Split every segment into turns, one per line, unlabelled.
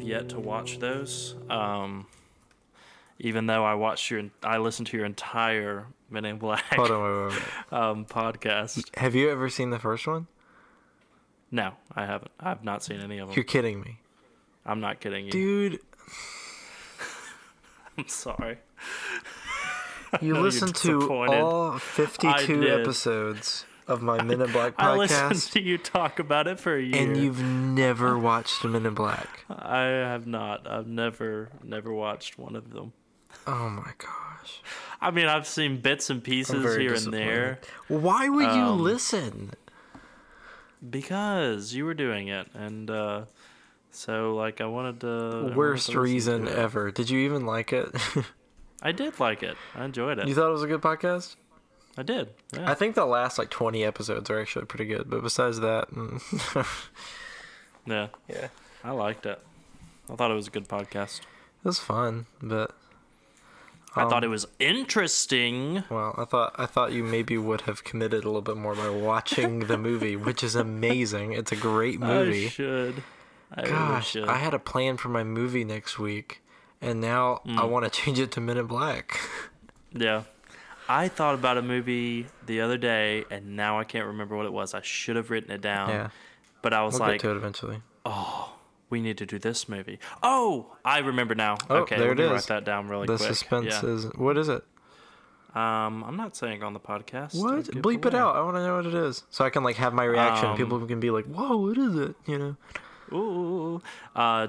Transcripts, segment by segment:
yet to watch those. Um, even though I watched your, I listened to your entire Men in Black
Hold on, wait, wait, wait.
um, podcast.
Have you ever seen the first one?
No, I haven't. I've not seen any of them.
You're kidding me,
I'm not kidding you.
dude.
I'm sorry.
You
you're
listened to
disappointed.
all
I
52
did.
episodes of my Men in Black
I listened
podcast,
to you talk about it for a year.
and you've never watched Men in Black.
I have not. I've never, never watched one of them.
Oh my gosh!
I mean, I've seen bits and
I'm
pieces
very
here and there Um,
disappointed. Why would you listen?
because you were doing it, and uh, so like I wanted to. I wanted
Worst
to listen
reason
to it.
ever. Did you even like it?
I did like it. I enjoyed it.
you thought it was a good podcast?
I did. Yeah.
I think the last like 20 episodes are actually pretty good, but besides that, mm,
yeah.
yeah, it
I liked it. I thought it was a good podcast.
was fun. But Um,
I thought it was interesting.
well, I thought I thought you maybe would have committed a little bit more by watching the movie, which is amazing. It's a great movie.
I should. I really
Gosh,
should.
I had a plan for my movie next week, and now
Mm.
I want to change it to Men in Black.
Yeah. I thought about a movie the other day and now I can't remember what it was. I should have written it down.
Yeah.
But I was
We'll
Um, like,
get to it eventually.
we need to do this movie. Oh, I remember now.
Oh,
okay,
there
let
it
me
is.
write that down really
The
quick.
suspense
Yeah.
is what is it?
Um, I'm not saying on the podcast.
What?
I'd give
Bleep it
away.
out. I want to know what it is, so I can like have my reaction.
Um,
People can be like, "Whoa, what is it?" You know.
Ooh. Uh,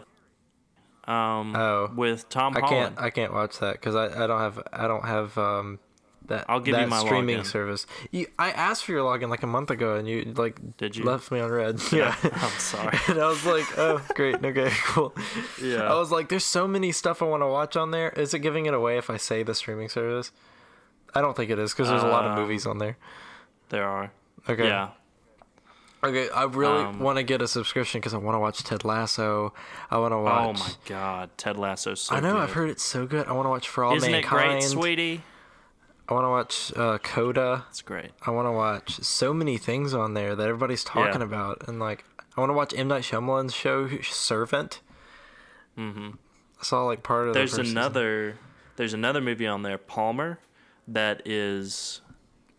um,
Oh.
with Tom
I
Holland.
can't. I can't watch that because I, I don't have I don't have um that
I'll give you
that
my
streaming
login.
service. You, I asked for your login like a month ago and you like
Did you?
left me on red. Yeah.
I'm sorry.
and I was like, oh great, okay, cool.
Yeah.
I was like, there's so many stuff I want to watch on there. Is it giving it away if I say the streaming service? I don't think it is because there's a lot of
Um,
movies on there.
There are.
Okay.
Yeah.
Okay. I really
Um,
want to get a subscription because I want to watch Ted Lasso. I want to watch.
Oh my God, Ted Lasso. So
I know.
Good.
I've heard it's so good. I want to watch For All
Isn't
Mankind.
it great, sweetie?
I want to watch uh, Coda.
It's great.
I want to watch so many things on there that everybody's talking
Yeah.
about, and like I want to watch M Night Shyamalan's show Servant. Mm-hmm. I saw like part of. the
There's
first season.
another. There's another movie on there, Palmer, that is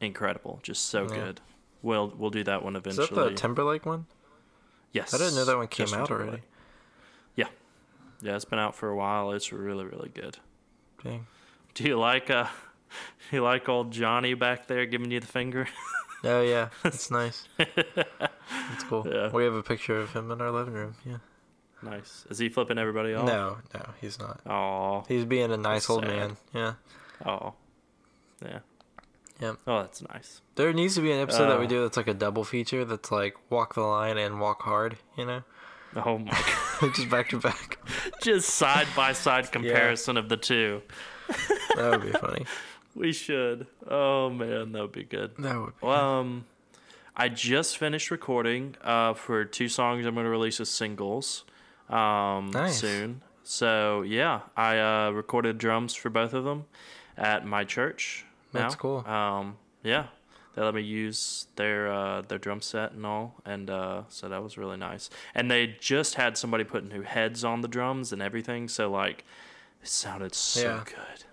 incredible. Just so good. We'll we'll do that one
Is that the
eventually.
Timberlake one?
yes.
I didn't know that one came
Justin
out
Timberlake.
already.
Yeah. Yeah, it's been out for a while. It's really really good.
Dang.
Do you like uh, you like old Johnny back there giving you the finger?
Oh yeah, it's nice. It's cool.
Yeah.
We have a picture of him in our living room. Yeah.
nice. Is he flipping everybody off?
No, no, he's not.
Oh.
He's being a nice old
sad.
man. Yeah.
Oh. Yeah.
Yep.
Oh, that's nice.
There needs to be an episode that we
Uh.
do that's like a double feature that's like walk the line and walk hard, you know?
Oh my god.
Just back to back.
just side by side comparison of the two.
That would be funny.
We should. Oh man, that would be good.
That would be
Well, um, I just finished recording uh, for two songs I'm going to release as singles um,
Nice.
soon. So yeah, I uh, recorded drums for both of them at my church. now.
That's cool.
Um, yeah, they let me use their uh, their drum set and all, and uh, so that was really nice. And they just had somebody putting new heads on the drums and everything, so like it sounded so
Yeah.
good.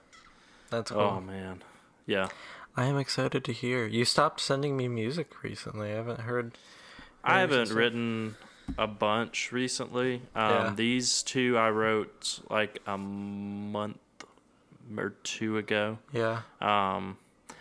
that's cool.
Oh man, yeah.
I am excited to hear. You stopped sending me music recently. I haven't heard
I
Yeah,
haven't
so-
written a bunch recently. Um,
Yeah.
These two I wrote like a month or two ago.
Yeah.
Um,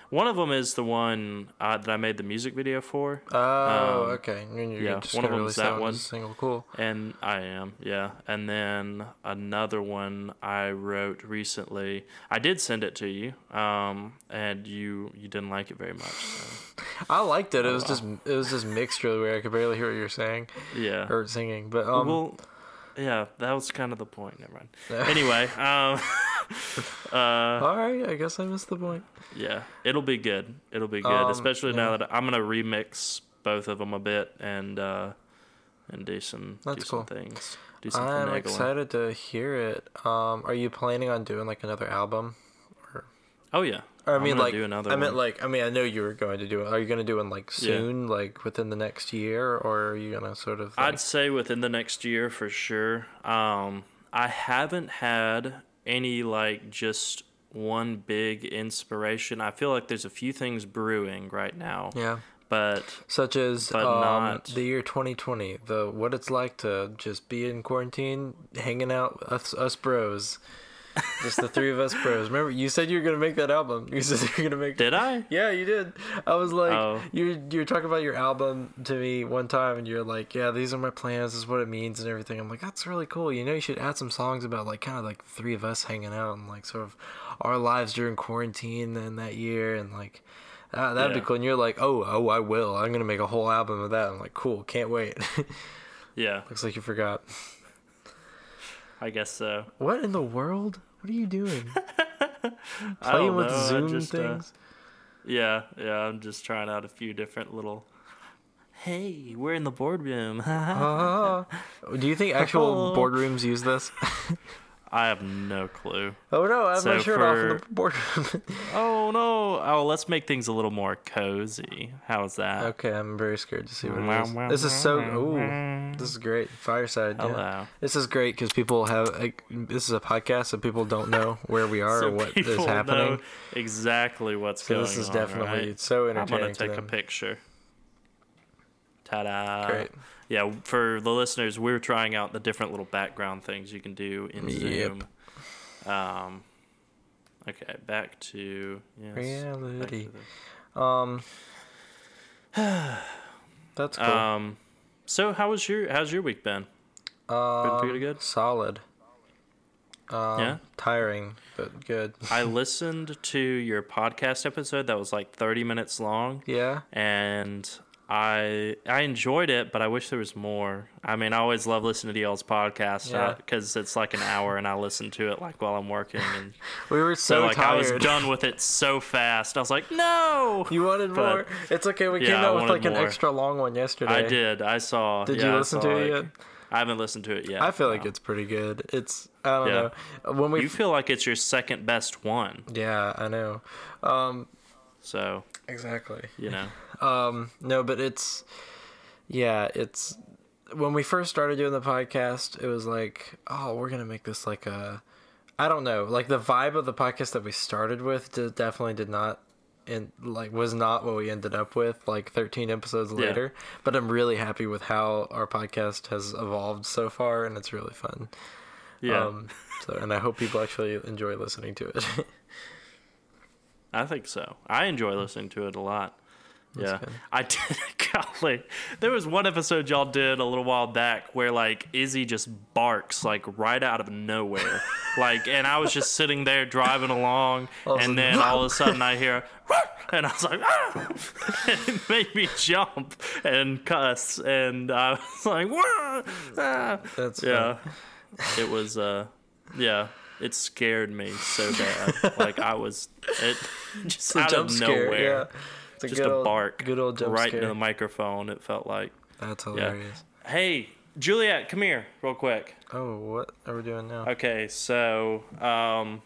one of them is the one uh, that I made the music video for,
Oh,
Um,
okay. And You're
yeah,
just
one of
gonna
them's
release
that
that one.
one.
as a Single cool.
and I am yeah. And then another one I wrote recently. I did send it to you, um, and you you didn't like it very much. So.
I liked it. It was just it was just mixed really weird. I could barely hear what you're saying
Yeah.
or singing. But um,
well, yeah, that was kind of the point. Never mind. Anyway, um, uh,
all right. I guess I missed the point.
Yeah, it'll be good. It'll be good,
Um,
especially now
yeah.
that I'm gonna remix both of them a bit and uh, and do some do
That's
some
cool.
things. Do some
I'm
finagling.
excited to hear it. Um, are you planning on doing like another album?
Oh yeah.
Or, I
I'm
mean,
gonna
like
do another
I meant
one.
like I mean I know you were going to do it. Are you going to do one like soon, like within the next year, or are you gonna sort of? Like,
I'd say within the next year for sure. Um, I haven't had any like just one big inspiration. I feel like there's a few things brewing right now.
Yeah.
But
Such as
But
um,
not-
the year 2020, the what it's like to just be in quarantine, hanging out with us, us bros, just the three of us bros. Remember, you said you were gonna make that album. You said you were gonna make.
did I?
Yeah, you did. I was like,
Oh.
you you were talking about your album to me one time, and you're like, yeah, these are my plans. This is what it means and everything. I'm like, that's really cool. You know, you should add some songs about like kind of like three of us hanging out and like sort of our lives during quarantine and that year and like. Uh, that'd
Yeah.
be cool. And you're like, oh, oh, I will. I'm gonna make a whole album of that. I'm like, cool. Can't wait.
Yeah,
Looks like you forgot.
I guess so.
What in the world? What are you doing?
I don't
Playing with
know, I
Zoom
just, uh,
things?
Yeah, yeah. I'm just trying out a few different little. Hey, we're in the boardroom.
Uh, do you think actual
Oh.
boardrooms use this?
I have no clue.
Oh no, I have
So
my shirt off in the boardroom.
Oh no! Oh, let's make things a little more cozy. How's that?
okay, I'm very scared to see what
Wow,
it is.
wow,
This is so.
wow,
Ooh, this is great. Fireside. yeah.
Hello.
This is great because people have. Like, this is a podcast, so people don't know where we are
So
or what
people
is happening.
know exactly what's
So
going on.
this is definitely
right?
it's so
I'm
entertaining.
gonna
to
take a uh,
them.
picture. Ta-da!
Great.
Yeah, for the listeners, we are trying out the different little background things you can do in
Yep.
Zoom. Um, okay, back to yes, back to
Reality.
this.
Um, that's cool.
Um, so how was your how's your week been?
Um,
pretty good?
Solid. Um,
Yeah?
Tiring, but good.
I listened to your podcast episode that was like 30 minutes long
Yeah.
and I I enjoyed it, but I wish there was more. I mean, I always love listening to y'all's
Yeah.
podcast because it's like an hour, and I listen to it like while I'm working, and
We were
so,
so,
like
tired.
I was done with it so fast. I was like, no,
You wanted
But-
more. It's okay. We
Yeah,
came
I
out with
wanted
like an
more.
extra long one yesterday.
I did. I saw.
Did
yeah,
you
I
listen
saw,
to it
like-
yet?
I haven't listened to it yet.
I feel like
no.
it's pretty good. It's I don't
Yeah.
know when we.
You feel like it's your second best one,
yeah, I know. Um,
so
exactly.
you know.
Um, no, but it's yeah, it's when we first started doing the podcast, it was like, oh, we're gonna make this like a, I don't know, like the vibe of the podcast that we started with d- definitely did not. And like was not what we ended up with like 13 episodes later, but I'm really happy with how our podcast has evolved so far, and it's really fun.
Yeah,
Um, so and I hope people actually enjoy listening to it.
I think so. I enjoy listening to it a lot. yeah,
good.
I did. Golly, there was one episode y'all did a little while back where like Izzy just barks like right out of nowhere, like, and I was just sitting there driving along,
of a
and then all of a sudden I hear, and I was like, ah! and it made me jump and cuss, and I was like, "Wah! Ah!"
That's
yeah, it was. uh Yeah, it scared me so bad. like I was it just out of nowhere
yeah. It's a
just
good
a
old-
bark
Good old jump
right
scare.
into the microphone it felt like
That's
yeah
hilarious.
hey juliet come here real quick
Oh, what are we doing now?
okay so um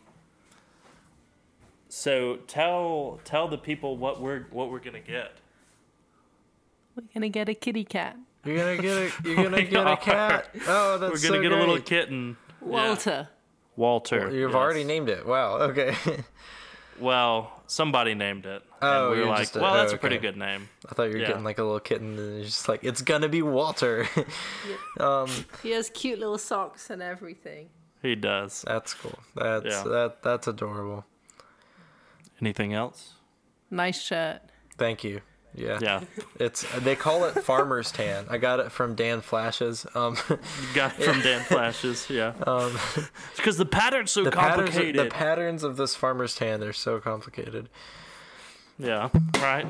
so tell tell the people what we're what we're gonna get
We're gonna get a kitty cat.
You're gonna get a you're gonna
We
get a
are.
cat. Oh, that's
we're gonna
so
get a little
great.
kitten Yeah.
Walter.
walter
You've
yes.
already named it. Wow. Okay.
well somebody named it
Oh,
and we were
you're
like
just a-
well
oh,
that's a pretty
okay.
good name
I thought you were
Yeah.
getting like a little kitten, and it's just like it's gonna be Walter. um,
He has cute little socks and everything.
he does
that's cool. That's
Yeah.
that that's adorable.
anything else
Nice shirt.
Thank you. Yeah.
yeah
It's they call it farmer's tan. I got it from Dan Flashes. Um,
got it from Dan Flashes. Yeah. because the pattern's so
the patterns
complicated.
the patterns of this farmer's tan they're so complicated.
yeah. Right.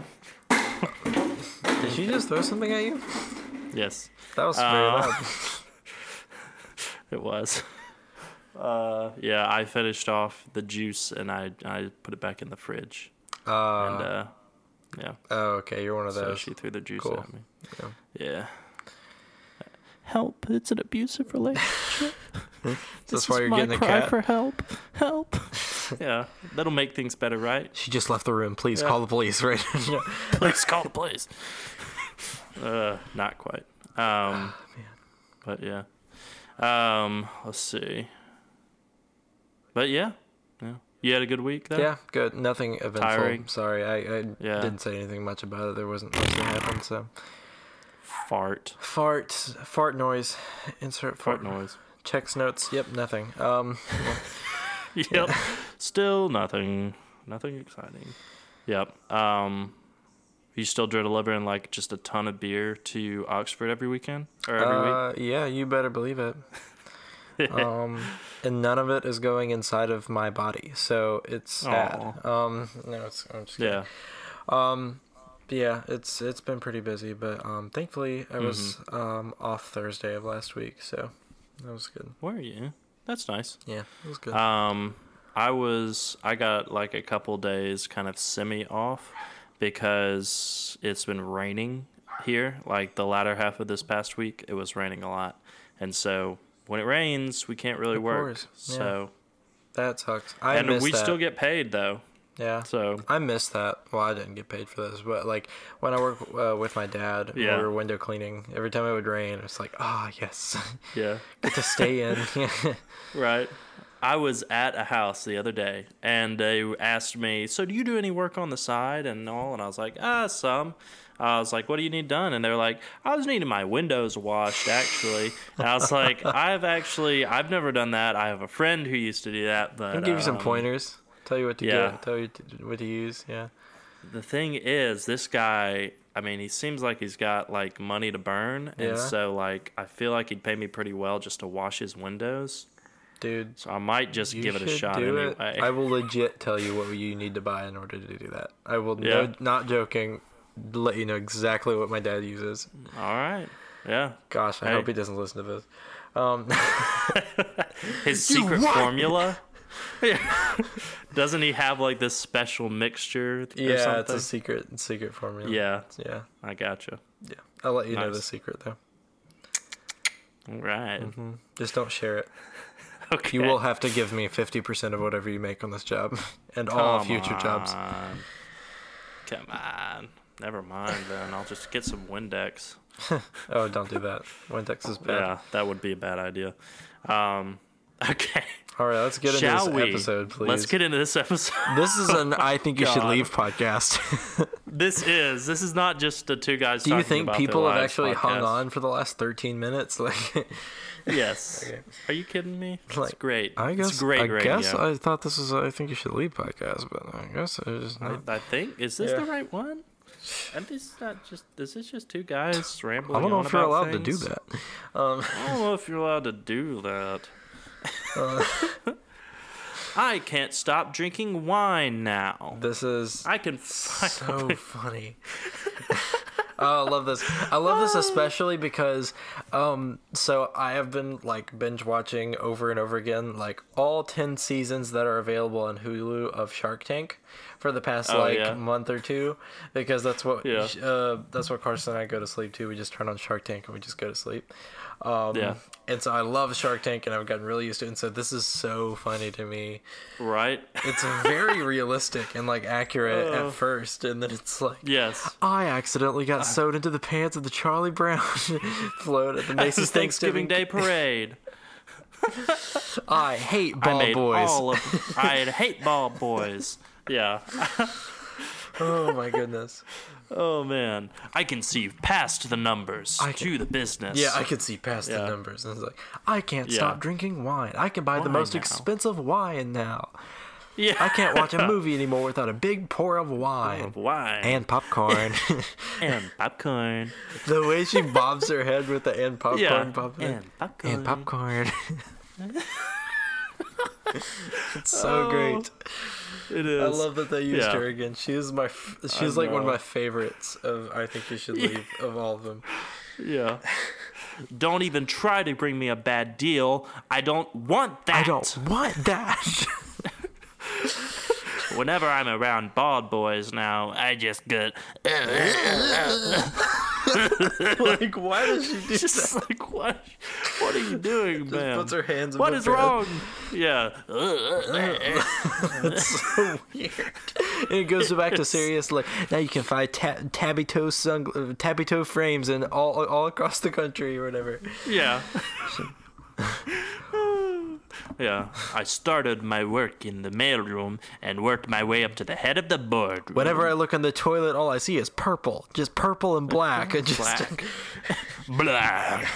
Did she just throw something at you?
Yes,
That was very
Uh,
loud.
it was. Uh, yeah, I finished off the juice and I I put it back in the fridge.
Uh,
and uh, yeah,
oh, okay. You're one of
so
those.
she threw the juice
cool.
at me.
Yeah.
Yeah. Help! It's an abusive relationship.
That's why you're getting a cat.
help. Help. yeah, that'll make things better, right?
She just left the room. Please call the police right now.
Please call the police. uh, not quite. Um, but yeah. Um, let's see. But yeah, yeah. You had a good week though.
Yeah, good. Nothing eventful.
Tiring.
Sorry, I, I
Yeah.
didn't say anything much about it. There wasn't much that happened. So
Fart.
fart, fart noise. Insert fart,
Fart noise.
Checks notes. Yep, nothing. Um,
Yep. Still nothing. Nothing exciting. Yep. Um, you still delivering like just a ton of beer to Oxford every weekend or every week?
uh, yeah, you better believe it. um, and none of it is going inside of my body, so it's sad. Um, no, it's I'm just kidding.
Yeah.
Um, yeah, it's it's been pretty busy, but um, thankfully I was
Mm-hmm.
um off Thursday of last week, so that was good.
Where are you? That's nice.
Yeah, it was good.
Um, I was I got like a couple days kind of semi off because it's been raining here. Like the latter half of this past week, it was raining a lot, and so when it rains, we can't really
Of
work.
course, yeah.
So
that sucks. I
and
missed
we
that.
still get paid though.
yeah.
So
I missed that. Well, I didn't get paid for this, but like when I work uh, with my dad, when
Yeah.
we were window cleaning. Every time it would rain, it's like, ah, yes,
yeah,
get to stay in. Yeah.
right. I was at a house the other day and they asked me, So, do you do any work on the side and all? And I was like, Ah, some. I was like, What do you need done? And they're like, I was needing my windows washed, actually. And I was like, I've actually, I've never done that. I have a friend who used to do that, but.
I'll give you some
um,
pointers. Tell you what to
yeah.
get. Tell you t- what to use. Yeah.
The thing is, this guy, I mean, he seems like he's got like money to burn.
Yeah.
And so, like, I feel like he'd pay me pretty well just to wash his windows.
Dude,
So I might just
You
give it a
should
shot
do
anyway.
it. I will legit tell you what you need to buy in order to do that. I will,
Yeah.
no, not joking, let you know exactly what my dad uses.
All right. Yeah.
Gosh, I
Hey.
hope he doesn't listen to this. Um,
His
You
secret
what?
formula. Yeah. Doesn't he have like this special mixture or
yeah, it's
something?
a secret, secret formula.
yeah,
yeah,
I gotcha.
yeah. I'll let you know the
Nice.
secret though.
All right.
Just don't share it.
Okay.
You Mm-hmm. will have to give me fifty percent of whatever you make on this job and all
Come
future jobs.
on. Come on. Never mind then. I'll just get some Windex.
Oh, don't do that. Windex is bad.
Yeah, that would be a bad idea. Um, okay.
All right, let's get
Shall
into
we?
this episode, please.
Let's get into this episode.
This is an I think you should
God.
leave podcast.
This is. This is not just the two guys.
Do you
talking
think
about their
people have
lives
actually hung
podcast.
on for the last 13 minutes? Like,
Yes.
Okay.
Are you kidding me? It's
Like,
great.
I guess
it's great
I
radio.
guess I thought this was. I think you should leave podcast, but I guess it is
I,
not.
I think is this
Yeah.
the right one? And this is not just this is just two guys rambling.
I don't know
on
if you're
about
allowed to do
things.
that. Um,
I don't know if you're allowed to do that.
Uh.
I can't stop drinking wine now.
this is
I can finally.
so funny. oh, I love this. I love this especially because, um, so I have been like binge watching over and over again, like all 10 seasons that are available on Hulu of Shark Tank for the past like
Oh, yeah.
month or two, because that's what,
Yeah.
uh, that's what Carson and I go to sleep to. We just turn on Shark Tank and we just go to sleep. Um,
Yeah.
and so I love Shark Tank and I've gotten really used to it. And so this is so funny to me
right?
it's very realistic and like accurate
Oh.
at first and then it's like
Yes.
i accidentally got sewed into the pants of the charlie brown float at the macy's
Thanksgiving
thanksgiving,
Day parade.
i hate
I
ball
made
boys
all of. I hate ball boys. Yeah.
oh my goodness
Oh man, I can see past the numbers
I
to the business.
yeah i could see past
Yeah.
the numbers and it's like i can't
Yeah.
stop drinking wine i can buy the
Wine
most
now.
expensive wine now
yeah.
i can't watch a movie anymore without a big pour of wine
Wine and,
and popcorn
popcorn.
the way she bobs her head with the and popcorn
Yeah.
pop-
And popcorn.
and popcorn. it's so great.
It is.
Oh, I love that they used
Yeah.
her again. She is my. F- she's like one of
know.
my favorites of. I think you should leave of all of them.
Yeah. don't even try to bring me a bad deal. I don't want that.
I don't want that.
Whenever I'm around bald boys now, I just get
like, why does she do
just like what? What are you doing, man?
puts her hands in
What
her
is
pants.
wrong? Yeah.
so weird? And it goes back to serious. Like now you can find ta- tabby toe sung- uh, tabby toe frames and all all across the country or whatever.
yeah. Yeah, I started my work in the mailroom and worked my way up to the head of the board.
Whenever I look in the toilet, all I see is purple, just purple and black. It just,
black, black.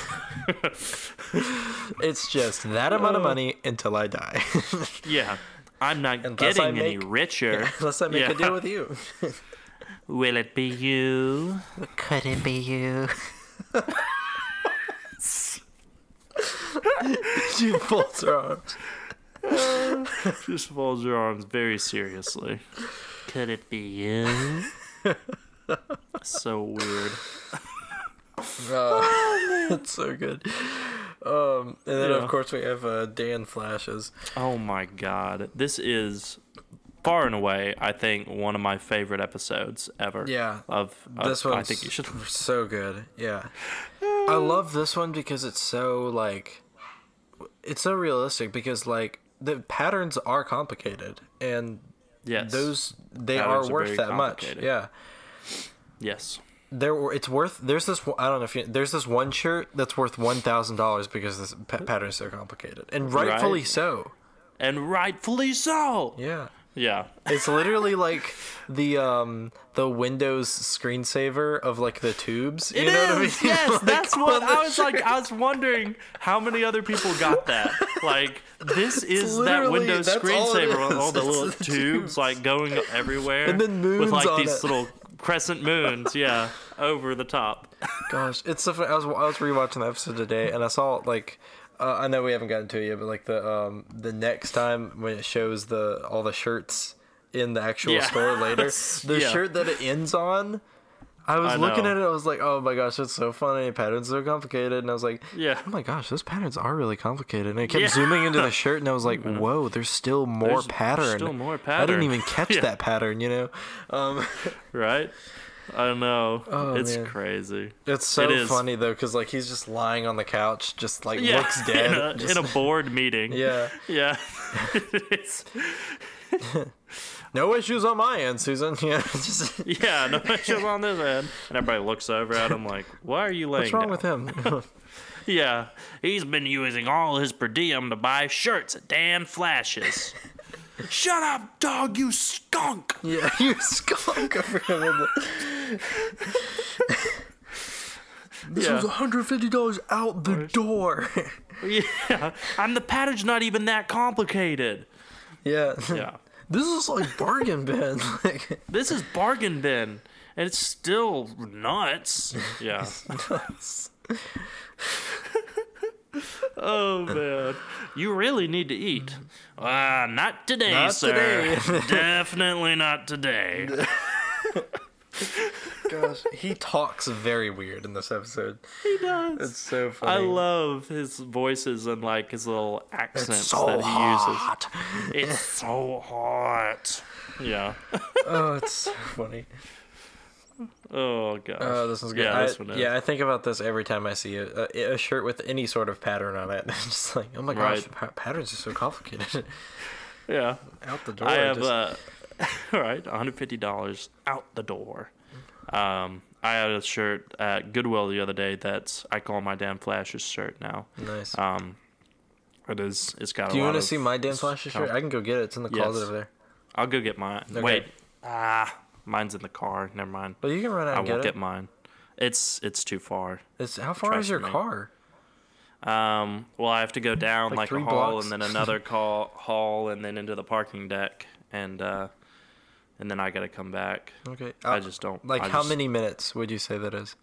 it's just that amount of money until I die,
Yeah, I'm not
Unless I
getting any
make-
richer.
unless I make
Yeah.
a deal with you.
Will it be you?
Could it be you? she folds her arms.
Just folds her arms very seriously. Could it be you? so weird.
That's so good. Um, and then
Yeah.
of course we have uh, Dan flashes.
Oh my god, this is far and away, I think, one of my favorite episodes ever.
Yeah.
Of, of
this
one,
one
I think you should.
so good yeah i love this one because it's so like it's so realistic because like the patterns are complicated and
Yes.
those they
Patterns
are
are
worth
very
that much
complicated.
yeah
Yes.
there were- it's worth there's this one- i don't know if you there's this one shirt that's worth $1000 because this pa- pattern's so complicated and
Right.
rightfully so
And rightfully so.
yeah
Yeah.
It's literally like the um the Windows screensaver of like the tubes. You
It is.
know what I mean?
Yes,
Like,
that's
on
what
the
I was like. I was wondering how many other people got that. Like this is that
literally-
Windows
that's all it
screensaver with all the
is.
little
It's the
tubes, like going everywhere,
And then
with
moons
like
on
these
it.
little crescent moons. Yeah, over the top.
Gosh, it's so funny. I was I was rewatching the episode today, and I saw like uh, I know we haven't gotten to it yet, but like the um the next time when it shows the all the shirts in the actual
Yeah.
store later, the
Yeah.
shirt that it ends on. I was
I
looking
know.
at it. I was like, "Oh my gosh, it's so funny. Patterns are so complicated." And I was like,
Yeah.
oh my gosh, those patterns are really complicated." And I kept
Yeah.
zooming into the shirt, and I was like, "Whoa, there's still more
There's
pattern.
still more
I didn't
pattern."
even catch
Yeah.
that pattern. You know, um,
Right. I know.
Oh,
it's
man.
crazy.
it's so
It is.
funny though, because like he's just lying on the couch, just like
Yeah.
looks dead.
in, a,
just-
in a board meeting.
Yeah.
Yeah. It's-
No issues on my end, Susan. Yeah. Just,
yeah. No pictures on this end, and everybody looks over at him like, "Why are you laying?"
what's
down?
wrong with him?
Yeah, he's been using all his per diem to buy shirts at Dan Flash's. Shut up, dog, you skunk!
yeah, you skunk over him. on the- this
Yeah.
was $150 out the door.
Yeah, and the pattern's not even that complicated.
yeah.
Yeah,
This is like bargain bin. Like,
this is bargain bin, and it's still nuts. Yeah. oh man, you really need to eat. Ah, not today,
Mm-hmm. Not
sir. Definitely not today.
gosh, he talks very weird in this episode.
He does.
It's so
I
funny.
love his voices and like his little accents
so
that he
hot.
uses. It's so hot. Yeah.
Oh, it's so funny.
Oh gosh.
Oh, this one's good.
Yeah,
I,
this one is.
yeah, I think about this every time I see a, a, a shirt with any sort of pattern on it. It's just like, oh my gosh,
Right.
pa- patterns are so complicated.
yeah.
Out the door.
I have
just-
uh, all right, one hundred fifty dollars out the door. Um, I had a shirt at Goodwill the other day that's I call my damn flashes shirt now.
nice.
Um, it is. It's got.
Do
a
you
lot
want to
of-
see my Dan Flash's shirt?
com-
I can go get it. It's in the
Yes.
closet over there.
I'll go get mine. Wait. Ah, mine's in the car. Never mind.
But you can run out
I
and
won't get
get it.
mine. It's it's too far.
It's, how far
Trust
is your
me.
car?
Um, well, I have to go down like,
three
a hall
blocks?
and then another call hall and then into the parking deck and uh, and then I gotta come back.
Okay.
I
Uh,
just don't
Like
I
how
just-
many minutes would you say that is?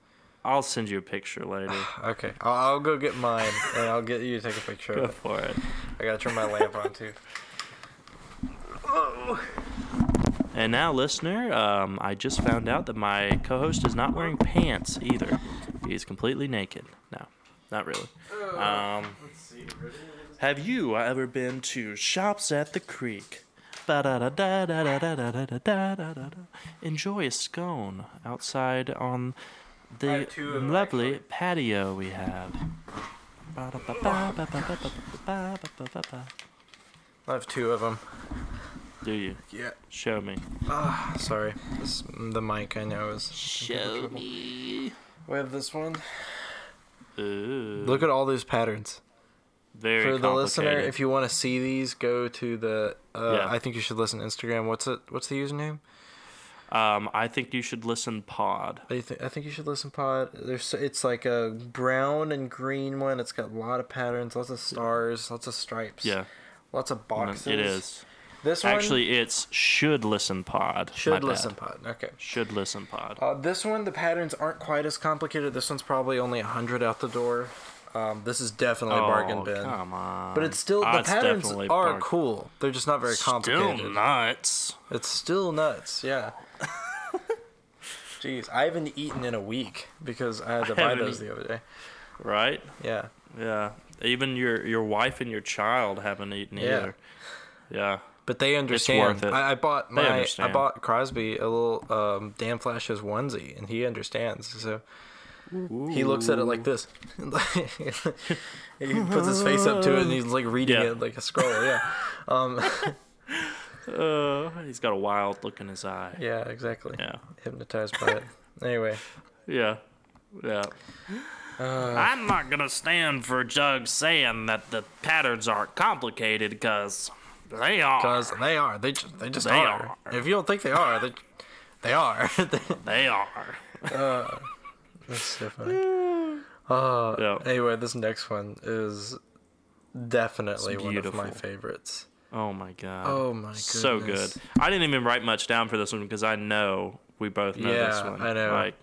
I'll send you a picture later.
Okay. I'll, I'll go get mine and I'll get you to take a picture
go
of it.
for it.
I gotta turn my lamp on too.
And now, listener, um, I just found out that my co-host is not wearing pants either. He's completely naked. No, not really.
Uh,
Um, have you ever been to Shops at the Creek? Ba-da-da-da-da-da-da-da-da-da-da-da. Enjoy a scone outside on
I
the
have two of them,
lovely
actually.
patio we have. Ba-da-ba-ba-ba-ba-ba-ba-ba-ba-ba-ba-ba.
I have two of them.
Do you?
Yeah. Ah,
Show me.
Sorry. This, the mic I know is.
Show me.
We have this one.
Ooh.
Look at all those patterns.
Very
For the listener,
complicated.
if you want to see these, go to the. Uh,
Yeah.
I think you should listen Instagram. What's it? What's the username?
um, I think you should listen pod.
I think I think you should listen pod. There's it's like a brown and green one. It's got a lot of patterns, lots of stars, lots of stripes.
Yeah,
Lots of boxes.
it is.
This one
Actually, it's should listen pod. my
should
bad.
listen pod. Okay.
Should listen pod.
Uh, this one, the patterns aren't quite as complicated. This one's probably only hundred out the door. Um, this is definitely bargain bin.
Oh, Come on.
But it's still the
Ah, it's
patterns
definitely
are
bargain-
cool. They're just not very complicated.
Still nuts.
It's still nuts. Yeah. Jeez, I haven't eaten in a week because I had the
haven't
Vitos
eaten-
the other day.
Right?
Yeah.
Yeah. Even your your wife and your child haven't eaten
Yeah.
either. Yeah.
But they understand.
worth it.
I, I bought
They
my I
understand.
bought Crosby a little um, Dan Flash's onesie, and he understands. So he looks at it like this. he puts his face up to it, and he's like reading
Yeah.
it like a scroll. Yeah, um,
Uh, he's got a wild look in his eye.
yeah, exactly.
Yeah.
Hypnotized by it. Anyway,
Yeah. Yeah.
Uh.
I'm not gonna stand for Jug saying that the patterns aren't complicated because they are.
because they are. They just they just
They
are.
are.
If you don't think they are, they they are.
They are.
That's so funny. Uh,
Yeah.
Anyway, this next one is definitely one of my
beautiful.
favorites.
Oh my god.
Oh my goodness.
So good. I didn't even write much down for this one because I know we both know this
Yeah,
one.
I know.
Like,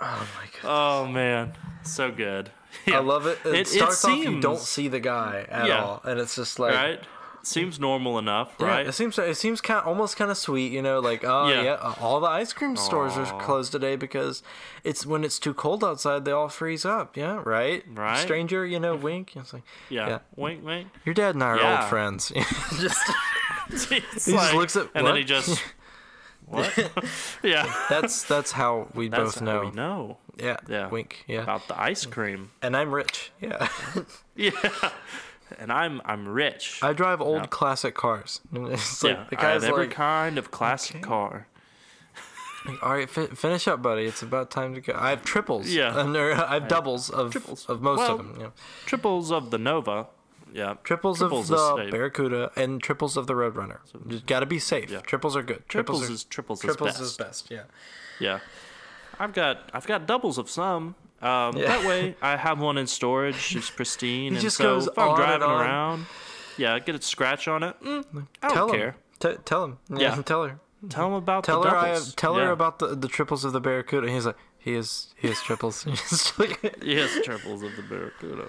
Oh my goodness.
oh man, so good. Yeah.
I love it. It,
It- it
starts off you don't
seems-
see the guy at
Yeah.
all, and it's just like
Right? Seems normal enough,
yeah,
right?
It seems it seems kind almost kind of sweet, you know, like oh yeah.
Yeah.
uh, all the ice cream stores are closed today because it's when it's too cold outside, they all freeze up. Yeah, right.
Right.
Stranger, you know, wink. It's like
yeah.
yeah.
Wink, wink.
your dad and I are
Yeah.
old friends. just
It's
just looks at-
and
what?
then he just what? yeah.
that's that's how we
That's
both
how
know.
we know
Yeah.
Yeah.
Wink. Yeah.
about the ice cream.
And I'm rich. Yeah.
Yeah. And I'm I'm rich.
I drive old classic cars. It's like,
yeah.
the
I have
guy's
every
like,
kind of classic car.
All right, fi- finish up, buddy. It's about time to go. I have triples.
Yeah.
and there- I have doubles of
triples.
of most
Well-
of them. Yeah.
Triples of the Nova. Yeah.
Triples, of
is
the
safe.
Barracuda and triples of the Roadrunner. Just gotta be safe. Triples are good.
Triples,
are-
is triples,
triples
is best.
Yeah.
Yeah. I've got I've got doubles of some. Um,
Yeah.
That way, I have one in storage. It's pristine, and
just
so
goes
if I'm
on and
driving
on.
around, yeah, I get a scratch on it. Mm, I don't
Tell
care.
him. T- tell him.
Yeah.
Tell her.
Tell him about
Tell
the
her. I
doubles.
have, tell
Yeah.
her about the, the triples of the Barracuda. And he's like, he is he is triples. It's like-
yes, triples of the barracuda.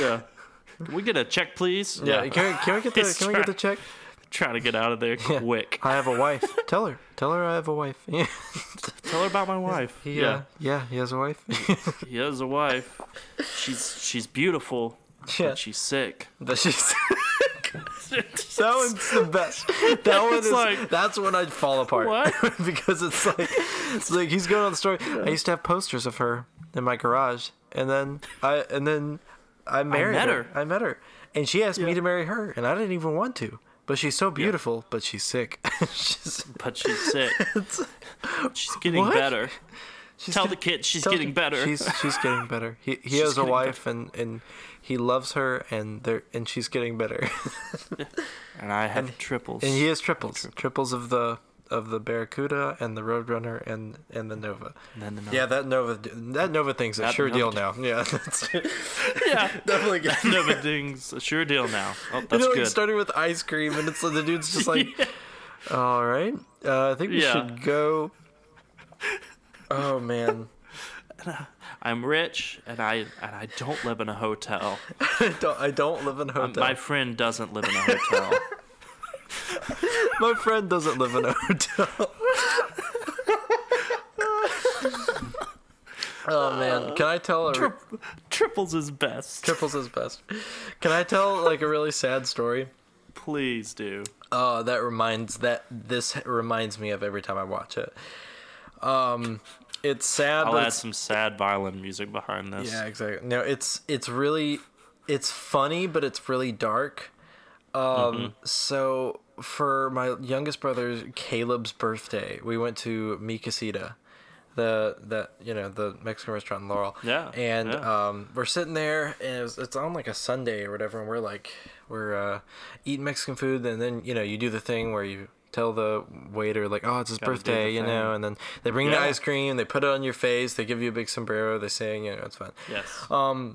yeah. Can we get a check, please?
yeah. Can, we- can we get the
He's
Can we get the
trying-
check?
Trying to get out of there quick.
I have a wife. tell her. Tell her I have a wife. Yeah.
Tell her about my wife.
He, uh, yeah. He has a wife.
He has a wife. She's she's beautiful,
Yeah.
but she's sick.
That's just. That one's the best. That one
It's
is
like-
that's when I'd fall apart.
What?
because it's like it's like he's going on the story. I used to have posters of her in my garage, and then I and then I married
met
her.
her.
I met her, and she asked me to marry her, and I didn't even want to. But she's so beautiful, but she's sick. she's
but she's sick. she's getting
What?
better.
she's
Tell
get-
the kid she's
tell-
getting better.
She's she's getting better. He he has a
getting
wife, and and he loves her, and they're and she's getting better.
and I have triples.
And he has triples, triples of the of the Barracuda and the Roadrunner and and the Nova.
And then the
Yeah, that Nova that Nova thing's a
That
sure deal
Nova
now. Yeah, that's
yeah.
definitely good.
no, but ding's a sure deal now. Oh,
You
that's
know, like
good.
starting with ice cream, and it's like the dude's just like, "All right, uh, I think we
Yeah.
should go." Oh man,
I'm rich, and I and I don't live in a hotel.
I don't, I don't live in a hotel.
Um, My friend doesn't live in a hotel.
My friend doesn't live in a hotel. oh man, can I tell a re-
triples is best.
Triples is best. Can I tell like a really sad story?
Please do.
Oh, that reminds that this reminds me of every time I watch it. Um, it's sad.
I'll
but
add
it's-
some sad violin music behind this.
yeah, exactly. No, it's it's really it's funny, but it's really dark. Um,
Mm-hmm.
so for my youngest brother's Caleb's birthday, we went to Mikasita. the that you know the Mexican restaurant in Laurel.
Yeah,
And
yeah.
um, we're sitting there, and it was, it's on like a Sunday or whatever, and we're like we're uh, eating Mexican food, and then you know you do the thing where you tell the waiter like oh it's his
Gotta do
birthday
the
you know
thing.
and then they bring the
Yeah.
ice cream they put it on your face they give you a big sombrero they sing you know it's fun
Yes.
Oh,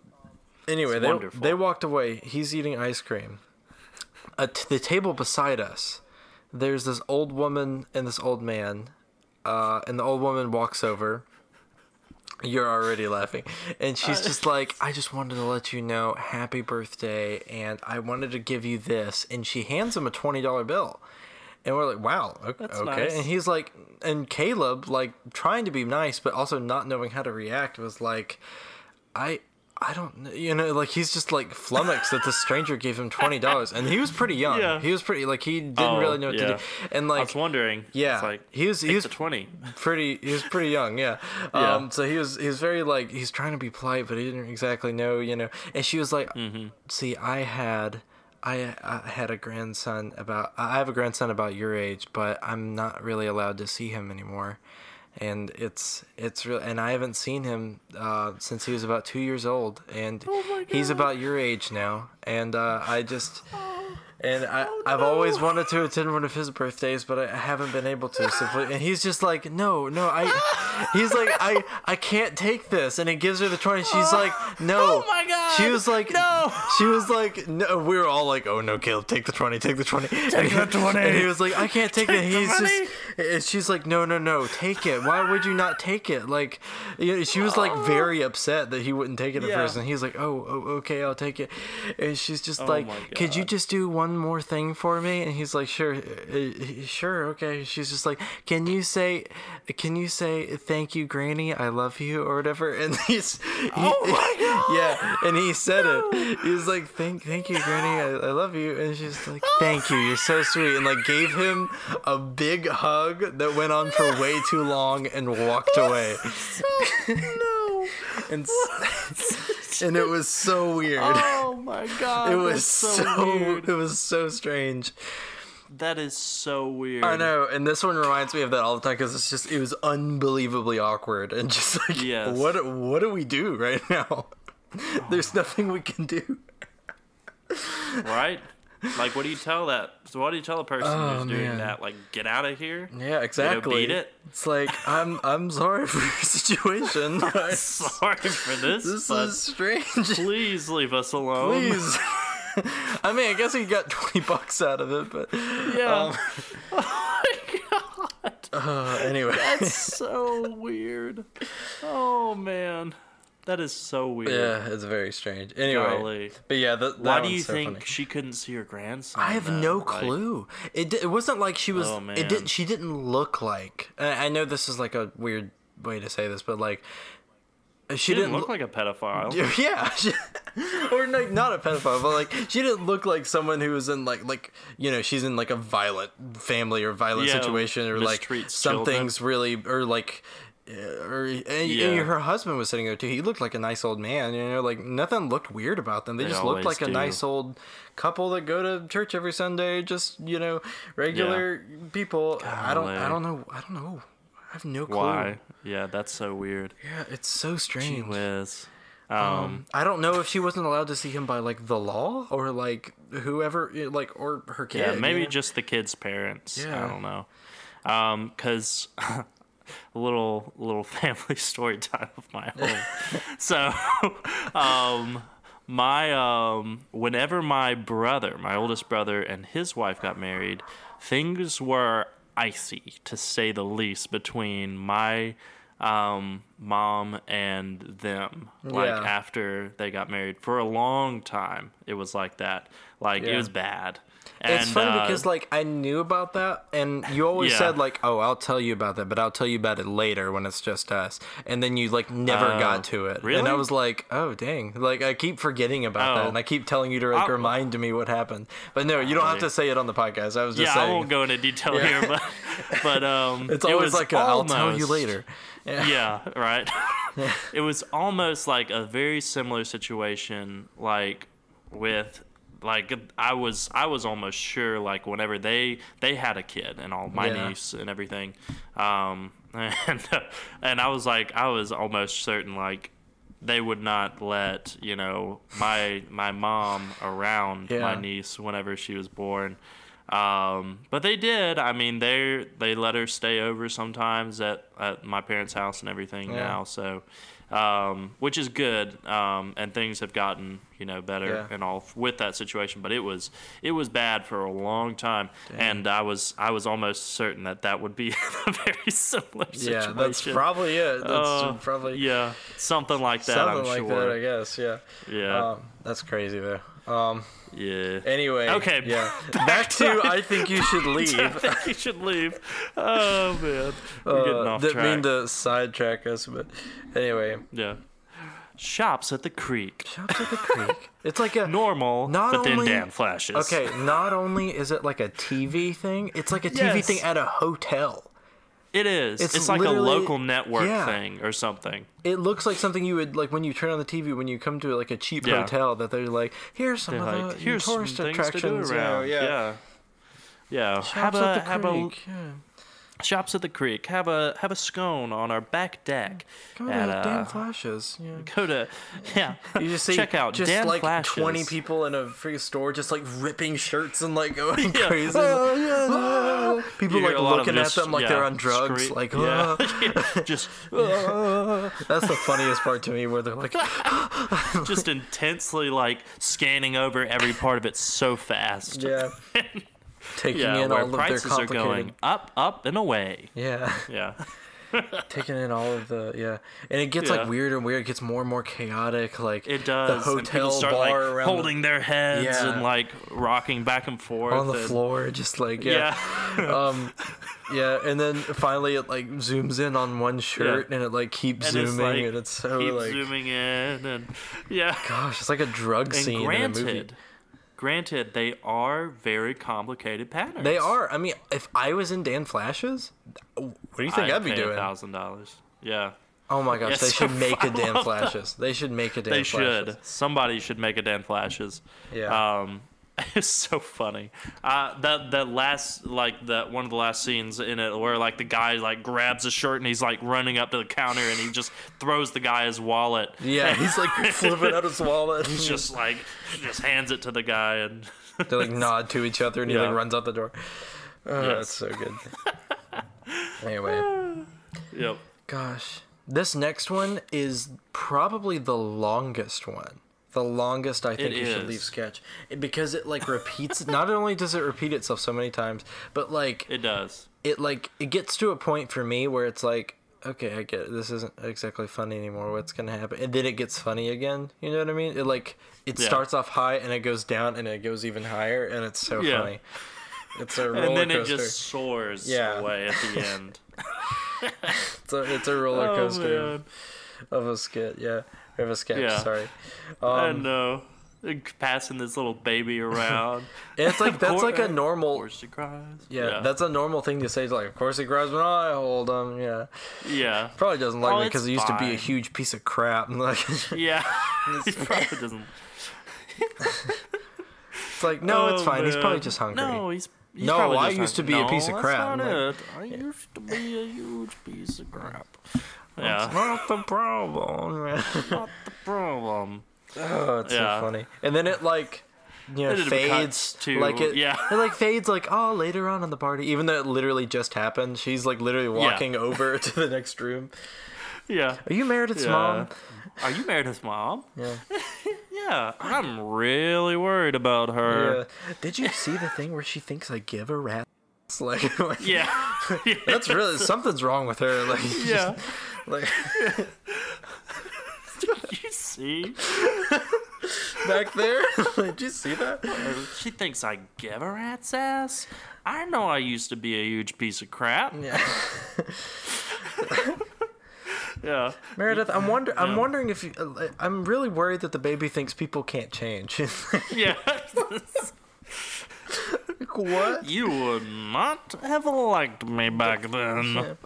Anyway,
It's
they,
wonderful.
they walked away. He's eating ice cream. At the table beside us, there's this old woman and this old man. Uh, and the old woman walks over. You're already laughing. And she's
Uh.
just like, I just wanted to let you know happy birthday. And I wanted to give you this. And she hands him a $20 bill. And we're like, wow, o- okay.
nice.
And he's like, and Caleb, like, trying to be nice, but also not knowing how to react, was like, I I don't know, you know, like he's just like flummoxed that this stranger gave him twenty dollars, and he was pretty young.
Yeah.
He was pretty like he didn't
Oh,
really know what to
yeah.
do, and
I
like
was wondering.
yeah,
It's like
he was he
he's
was
the twenty.
pretty he was pretty young, yeah.
Yeah.
Um, so he was he was very like he's trying to be polite, but he didn't exactly know, you know. And she was like, "See, I had." I, I had a grandson about I have a grandson about your age, but I'm not really allowed to see him anymore, and it's it's real. And I haven't seen him uh, since he was about two years old, and he's about your age now. And uh, I just and I, I've always wanted to attend one of his birthdays, but I I haven't been able to. So, pl- and he's just like, no, no, I. He's like, I, I can't take this. And he gives her the twenty. She's like, no.
Oh my God.
She was like,
No.
She was like, no. We were all like, oh no, Caleb, take the twenty, take the twenty, take and, the twenty. And he was like, I can't take, it.
the
He's
money.
just. And she's like, no, no, no, take it. Why would you not take it? Like, you know, she was like very upset that he wouldn't take it at
Yeah.
first, and he's like, oh, oh, okay, I'll take it. And she's just like,
Oh my
could you
God.
just do one more thing for me? And he's like, sure, uh, uh, sure, okay. She's just like, can you say, can you say thank you, Granny, I love you, or whatever? And he's, he,
Oh my
yeah, and he said it. He's like, thank, thank you, Granny, I, I love you. And she's like,
Oh.
thank you, you're so sweet, and like gave him a big hug that went on for way too long and walked away.
no.
And s- and it was so weird.
Oh my god.
It
that's
was so,
weird.
it was so strange.
That is so weird.
I know, and this one reminds me of that all the time because it's just it was unbelievably awkward and just like
Yes.
what what do we do right now? There's nothing we can do.
Right? Like, what do you tell that? So what do you tell a person who's doing
Oh, man.
that? Like, get out of here.
Yeah, exactly.
beat it?
It's like I'm I'm sorry for your situation. but
Sorry for this,
this
but
is strange.
please leave us alone.
Please. I mean, I guess he got twenty bucks out of it, but
Yeah.
um,
oh my god.
uh, anyway.
That's so weird. Oh man. That is so weird.
Yeah, it's very strange. Anyway,
Golly.
but yeah, that, that
Why do
one's
you
so
think
funny.
she couldn't see her grandson?
I have
then?
no
Like,
clue. It di- it wasn't like she was.
Oh,
It
man.
didn't. She didn't look like. I I know this is like a weird way to say this, but like, uh, she,
She
didn't,
didn't look like a pedophile.
like. Yeah, she- or like not a pedophile, but like she didn't look like someone who was in like like you know she's in like a violent family or violent
Yeah,
situation or like
mistreats children.
something's really or like. uh, Or and, and
Yeah.
her husband was sitting there too. He looked like a nice old man, you know. Like nothing looked weird about them. They, just looked
always
like a
do.
nice old couple that go to church every Sunday. Just you know, regular people. I don't.
Golly.
I don't know. I don't know. I have no clue.
Why? Yeah, that's so weird.
Yeah, it's so
She
strange.
was. Um,
I don't know if she wasn't allowed to see him by like the law or like whoever, eh, like or her kid.
Yeah,
you
maybe
know?
just the kids' parents.
Yeah.
I don't know. Um, cause a little little family story time of my own. so, um, my um, whenever my brother, my oldest brother, and his wife got married, things were icy to say the least between my um mom and them like
Yeah.
after they got married for a long time it was like that like it
Yeah.
was bad
It's
and,
funny
uh,
because like I knew about that, and you always
Yeah.
said like, "Oh, I'll tell you about that," but I'll tell you about it later when it's just us. And then you like never
Oh,
got to it, and
really?
I was like, "Oh, dang!" Like I keep forgetting about that,
Oh.
and I keep telling you to like
I'll-
remind me what happened. But no, you don't have to say it on the podcast. I was just
yeah,
saying,
I won't go into detail
Yeah.
here, but but um,
it's
it
always
was
like, a, "I'll tell you
almost-
later." Yeah.
Yeah, right. it was almost like a very similar situation, like with like I was I was almost sure like whenever they they had a kid and all my
Yeah.
niece and everything, um, and and I was like, I was almost certain like they would not let you know my my mom around
Yeah.
my niece whenever she was born. Um, but they did. I mean, they they let her stay over sometimes at, at my parents' house and everything
Yeah.
now. So, um, which is good. Um, and things have gotten you know better
Yeah.
and all with that situation. But it was it was bad for a long time, and I was I was almost certain that that would be a very similar situation.
Yeah, that's probably it. That's
Uh,
probably
yeah something like that.
something
I'm
like
sure.
that, I guess. Yeah.
Yeah,
Um, that's crazy though. Um.
yeah.
Anyway.
Okay,
Yeah. Back to I think you should
I
leave.
think you should leave. Oh man, we're getting
Uh,
off
didn't
track.
mean to sidetrack us, but anyway.
Yeah. Shops at the creek.
Shops at the creek. It's like a
Normal,
Not
but
only-
then Dan flashes.
Okay, not only is it like a TV thing, it's like a TV
Yes.
thing at a hotel.
It is.
It's
It's, like a
literally-
local network
yeah.
thing or something.
It looks like something you would like when you turn on the TV when you come to like a cheap
Yeah.
hotel that they're like, here's some
They're
of
like,
the
here's some
Uh, tourist
things to do
attractions. you know,
around.
yeah,
yeah. Yeah. Have
Shops
a
at the
have a
creek. yeah.
shops at the creek. Have a have a scone on our back deck.
Go to
at,
Dan
uh,
Flashes. Yeah.
go to yeah.
You just see
check out
just
Dan
like
Flashes.
twenty people in a freaking store, just like ripping shirts and like going
Yeah.
crazy. Ah. People
You hear
like
a lot of
looking at
just-
them like they're
yeah,
on drugs.
scree-
Like,
yeah.
ah.
just
that's the funniest part to me, where they're like,
just intensely like scanning over every part of it so fast.
yeah, taking
Yeah,
in
where
all of their
prices are
complicated.
going up, up, and away.
Yeah,
Yeah.
taking in all of the yeah, and it gets
Yeah.
like weird and weird. It gets more and more chaotic. Like
It does.
The
and people
hotel
start
bar
like
around the-
holding their heads
Yeah.
and like rocking back and forth
on the
and-
floor, just like yeah.
Yeah.
um yeah and then finally it like zooms in on one shirt and it like keeps
And it's,
zooming
like,
and it's so
Keep
like
zooming in and yeah.
gosh it's like a drug
And
scene in a movie
granted, granted, they are very complicated patterns.
they are i mean if i was in dan flashes what do you think
I'd
i'd, be
pay
doing
thousand dollars. Yeah,
oh my gosh
Yes,
they should make a dan
follow
flashes they should make a dan
they
flashes
should. Somebody should make a Dan Flashes.
Yeah.
Um, it's so funny. Uh, that that last like that one of the last scenes in it where like the guy like grabs a shirt and he's like running up to the counter and he just throws the guy his wallet.
yeah he's like flipping out his wallet
He's just like just hands it to the guy and
they like nod to each other and he like
Yeah.
runs out the door oh that's
Yes.
so good anyway
yep.
Gosh. This next one is probably the longest one. The longest I think
It
you should
is.
leave sketch. It- Because it like repeats not only does it repeat itself so many times, but like
It does.
it like it gets to a point for me where it's like, okay, I get it. this isn't exactly funny anymore. What's gonna happen? And then it gets funny again. You know what I mean? It like it
Yeah.
starts off high and it goes down and it goes even higher and it's so
Yeah.
funny. It's a roller
And then it
coaster.
just soars
Yeah.
away at the end.
It's a, it's a roller coaster
Oh,
of-
man.
of a skit, yeah, of a sketch.
Yeah.
Sorry, Um,
I know. Passing this little baby around.
and it's like that's
Poor-
like a
uh, Of
normal,
course she cries.
yeah, that's a normal thing to say. It's like, of course he grabs when I hold him. Yeah,
yeah.
probably doesn't like
Oh,
me because
it's
he used to be a
fine.
huge piece of crap. And like,
Yeah. he probably doesn't.
it's like, no, it's
Oh,
fine. He's probably
man.
just hungry.
No, he's. he's
No,
probably
I
just
used to
hungry.
be a
No,
piece of
that's
crap.
not
Like-
it. I used to be a huge piece of crap.
It's
Yeah,
not the problem. man.
not the problem.
oh, it's
Yeah.
so funny. And then it like. You know,
Then it
fades
cuts to-
like it,
yeah.
it like fades like oh later on in the party even though it literally just happened she's like literally walking over to the next room
Yeah.
are you married it's
yeah.
mom
Are you Meredith's mom?
yeah
Yeah, I'm really worried about
Yeah.
her.
Did you see the thing where she thinks I give a rat? It's Like,
Yeah. Yeah.
that's really something's wrong with her. Like, just-
yeah.
like
you see?
back there. Did you see that?
She thinks I give a rat's ass. I know I used to be a huge piece of crap.
Yeah,
Yeah.
Meredith. I'm wonder. I'm wondering if you, uh, I'm really worried that the baby thinks people can't change. like,
Yeah.
what?
you would not have liked me back then.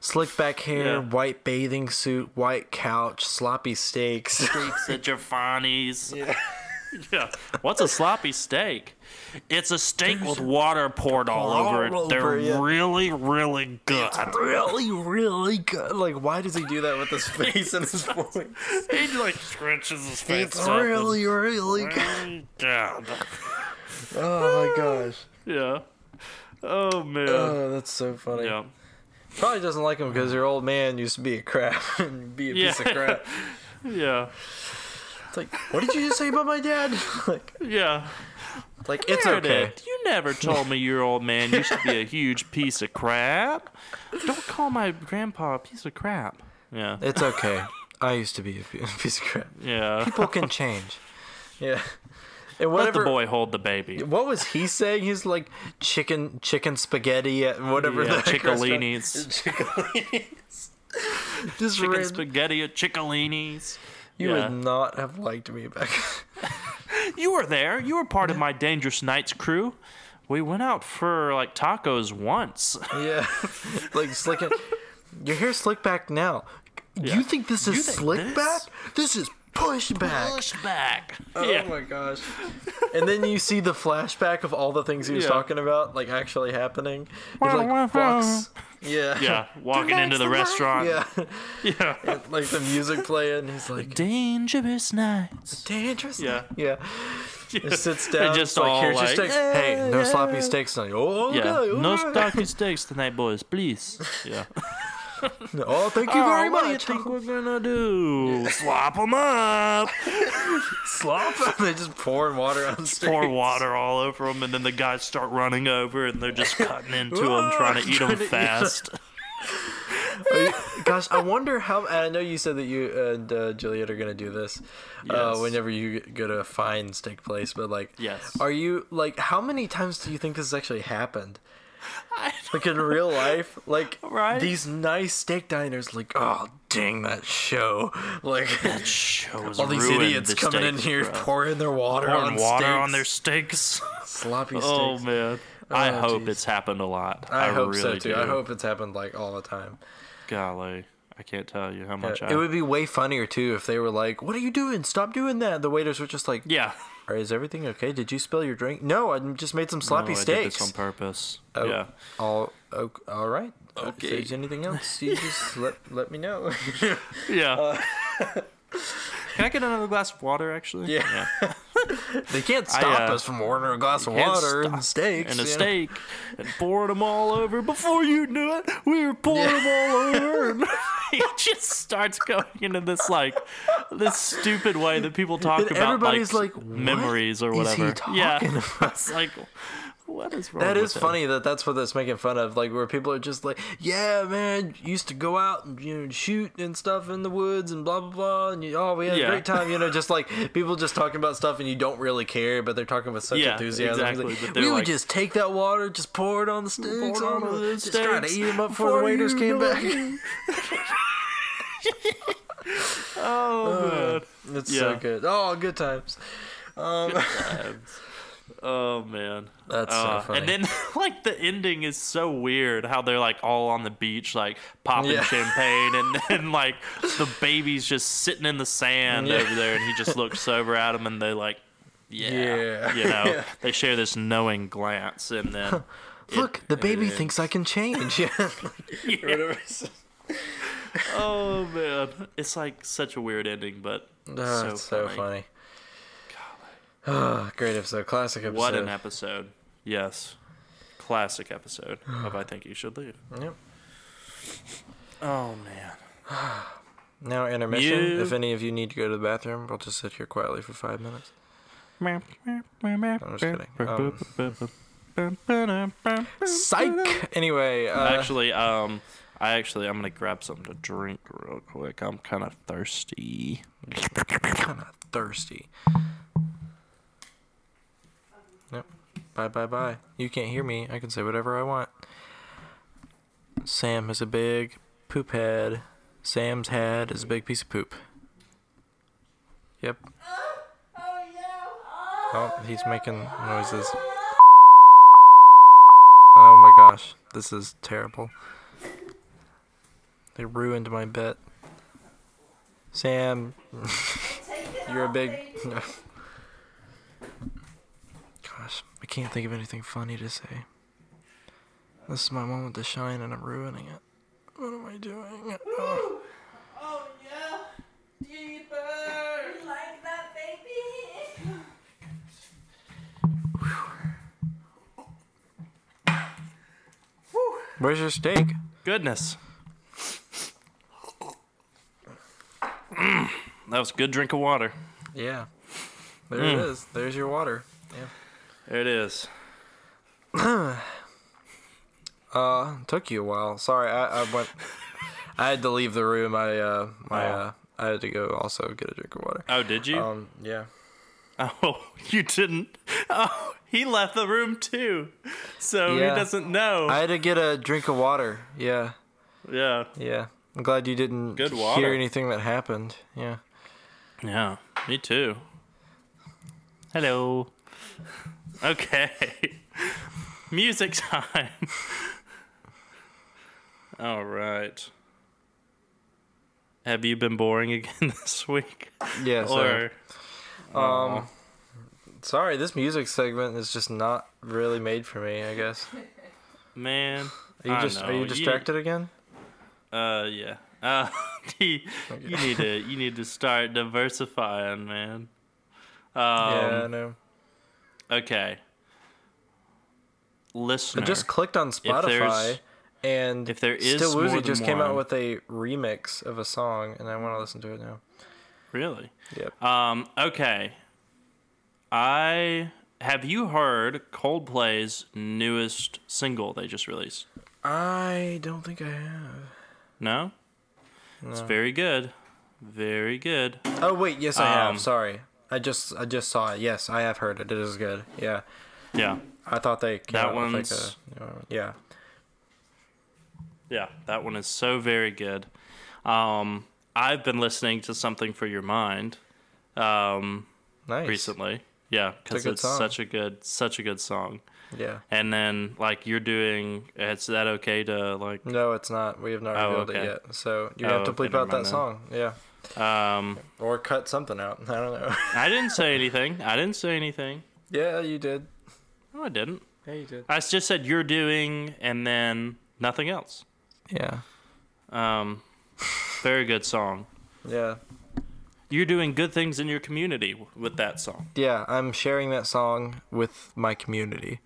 Slick back hair,
Yeah.
white bathing suit, white couch, sloppy steaks.
Freaks at your funnies. yeah. What's a sloppy steak? It's a steak with water poured all over
all
it. They're
over it.
really, really good.
Really, really good. Like, why does he do that with his face and his voice?
He like scrunches his face
It's
up. and-
really, really good.
Really good.
Oh my gosh.
Yeah. Oh man.
Oh, that's so funny.
yeah.
Probably doesn't like him because your old man used to be a crap and be a piece of
Yeah.
crap.
Yeah.
It's like, what did you just say about my dad? like,
Yeah.
like it's
Heard
okay.
it. You never told me your old man used to be a huge piece of crap. Don't call my grandpa a piece of crap. Yeah.
It's okay. I used to be a p- piece of crap.
yeah.
People can change. Yeah. And
Let the
whatever.
boy hold the baby.
What was he saying? He's like chicken, chicken spaghetti, at whatever
Yeah,
that restaurant-
Chickalinis.
Just
Chicken
random-
spaghetti at Chickalinis.
You
Yeah.
would not have liked me back.
You were there. You were part of my Dangerous Nights crew. We went out for like tacos once.
yeah, like slick. It. Your hair slick back now. You think this is
think
slick
this?
back? This is push back.
back.
Oh my gosh. and then you see the flashback of all the things he was
Yeah.
talking about, like actually happening. He like walks. Yeah.
Yeah, walking into the restaurant.
Yeah.
Yeah.
like the music playing. He's like
Dangerous nights.
dangerous.
Yeah.
Yeah. He sits
They
down.
just
it's like,
all
Here's your
like,
steaks. hey, no sloppy steaks tonight. Oh, okay,
Yeah.
all
No
right.
stocky steaks tonight, boys, please. Yeah.
Oh, thank you very
what do you
much.
think we're gonna do? Slop them up.
Slop. they just pouring water on the street.
Pour water all over them, and then the guys start running over, and they're just cutting into them, trying to eat them
Trying to eat 'em.
fast.
Are you- gosh, I wonder how. And I know you said that you and uh, Juliet are gonna do this uh,
Yes.
whenever you go to a fine steak place, but like,
Yes.
are you like how many times do you think this has actually happened? Like in real life, like
Right?
these nice steak diners, like oh dang that show, like
Shows
all these
ruined
idiots
the
coming in
steaks,
here
bro.
pouring their water
pouring
on
water
steaks,
on their steaks.
sloppy steaks.
Oh man, I
Oh,
hope
geez.
it's happened a lot.
I,
I,
hope
really
so too.
do.
I hope it's happened like all the time.
Golly, I can't tell you how much I.
Uh, It would be way funnier too if they were like, "What are you doing? Stop doing that!" The waiters were just like,
yeah.
Or is everything okay? Did you spill your drink? No, I just made some sloppy
Oh, I did
steaks.
this on purpose.
Oh,
Yeah.
All, o- all right. Uh, If
Okay.
there's anything else, you just let, let me know.
Yeah.
Uh,
Can I get another glass of water, actually?
Yeah.
yeah.
they can't stop
uh,
us from ordering a glass of
can't
water
stop-
and steaks.
And a
you know?
steak, and poured them all over. Before you knew it, we were pouring them all over. And he just starts going into this like, this stupid way that people talk
And
about
everybody's like, "What
memories or
is he
whatever. yeah.
talking about?
It's like, what is wrong?
That
with
is
him?
funny that that's what that's making fun of, like where people are just like, "Yeah, man, used to go out and you know shoot and stuff in the woods and blah blah blah, and you, oh, we had
Yeah.
a great time," you know, just like people just talking about stuff and you don't really care, but they're talking with such
Yeah,
enthusiasm. It's
exactly,
Like,
but
we
they're
would
like-
just take that water, just pour it on the sticks,
it
on
on
the,
the
just trying to
steaks
eat them up before the
before
waiters
you
came
know
back.
Oh, man.
it's so
Yeah.
good. Oh, good times.
Oh man,
That's so
Uh,
funny.
And then like the ending is so weird. How they're like all on the beach, like popping
Yeah.
champagne, and then like the baby's just sitting in the sand
Yeah.
over there, and he just looks over at him, and they like, yeah,
Yeah.
you know,
Yeah.
they share this knowing glance, and then
Look, the baby
ends.
thinks I can change. Yeah. Or whatever it is.
oh man, it's like such a weird ending, but
Oh,
so,
it's so
funny.
funny. Oh, great episode, classic episode.
What an episode! Yes, classic episode of I think you should leave.
Yep.
Oh man.
Now intermission.
You-
If any of you need to go to the bathroom, we'll just sit here quietly for five minutes.
I'm
just kidding. Um, Psych. Anyway, uh,
actually, um, I actually I'm gonna grab something to drink real quick. I'm kind of thirsty.
kind of thirsty. Yep. Bye, bye, bye. You can't hear me. I can say whatever I want. Sam has a big poop head. Sam's head is a big piece of poop. Yep. Oh, he's making noises. Oh my gosh, this is terrible. They ruined my bet. Sam, you're a big. can't think of anything funny to say. This is my moment to shine, and I'm ruining it. What am I doing? Oh.
Like that, baby?
Where's your steak?
Goodness. Mm, that was a good drink of water.
Yeah. There
Hmm.
it is. There's your water. Yeah.
There it is.
Uh, took you a while. Sorry, I, I went. I had to leave the room. I uh, my
Oh.
uh, I had to go also get a drink of water.
Oh, did you?
Um, yeah.
oh, you didn't. Oh, he left the room too. So
Yeah.
he doesn't know.
I had to get a drink of water. Yeah.
yeah.
Yeah. I'm glad you didn't
Good
hear
water.
anything that happened. Yeah.
Yeah. Me too. Hello. Okay. Music time. All right. Have you been boring again this week?
Yeah. Sorry.
Or
um. Sorry, this music segment is just not really made for me. I guess.
man,
Are you
I
just
know.
Are you distracted again?
uh, yeah. Uh, you, you need to you need to start diversifying, man. Um,
yeah. I know.
Okay. Listener,
I just clicked on Spotify,
there's-
and
if there is
Still
more
Woozy
than
just came out
one-
with a remix of a song, and I want to listen to it now. Uh,
really?
Yep.
Um, okay. I have you heard Coldplay's newest single they just released?
I don't think I have.
No? It's very good. Very good.
Oh wait, yes I
Um,
have. Sorry, I just I just saw it. Yes, I have heard it. It is good. Yeah,
Yeah.
I thought they came
That
out with,
one's-
like a you know, yeah.
Yeah, that one is so very good. Um, I've been listening to something for your mind um,
Nice.
recently. Yeah, because
good
it's
song.
such a good, such a good song.
Yeah.
And then like you're doing, is that okay to like?
No, it's not. We have not
Oh,
revealed
okay.
it yet. So you
Oh,
have to
okay,
bleep out
never
that
mind then.
song. Yeah.
Um,
Or cut something out. I don't know.
I didn't say anything. I didn't say anything.
yeah, you did.
No, I didn't.
Yeah, you did.
I s- just said you're doing, and then nothing else.
Yeah.
Um, very good song.
Yeah.
You're doing good things in your community w- with that song.
Yeah, I'm sharing that song with my community.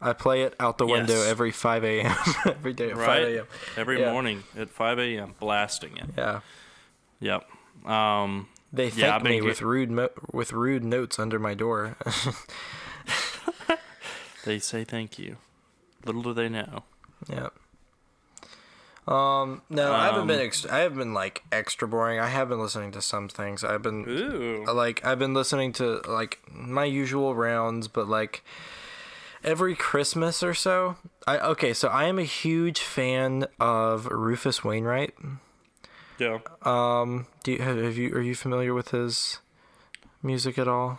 I play it out the window
Yes.
every 5 a.m. every day at 5
Right?
a.m.
Every
Yeah.
morning at 5 a.m. blasting it.
Yeah.
Yep. Um,
They thank
Yeah, I've been
me
get-
with rude mo- with rude notes under my door.
they say thank you. Little do they know.
yeah. Um no, I haven't been
Um,
ex- I have been like extra boring. I have been listening to some things. I've been
Ooh.
like I've been listening to like my usual rounds, but like every Christmas or so. I okay, so I am a huge fan of Rufus Wainwright.
Yeah.
Um, do you, have have you are you familiar with his music at all?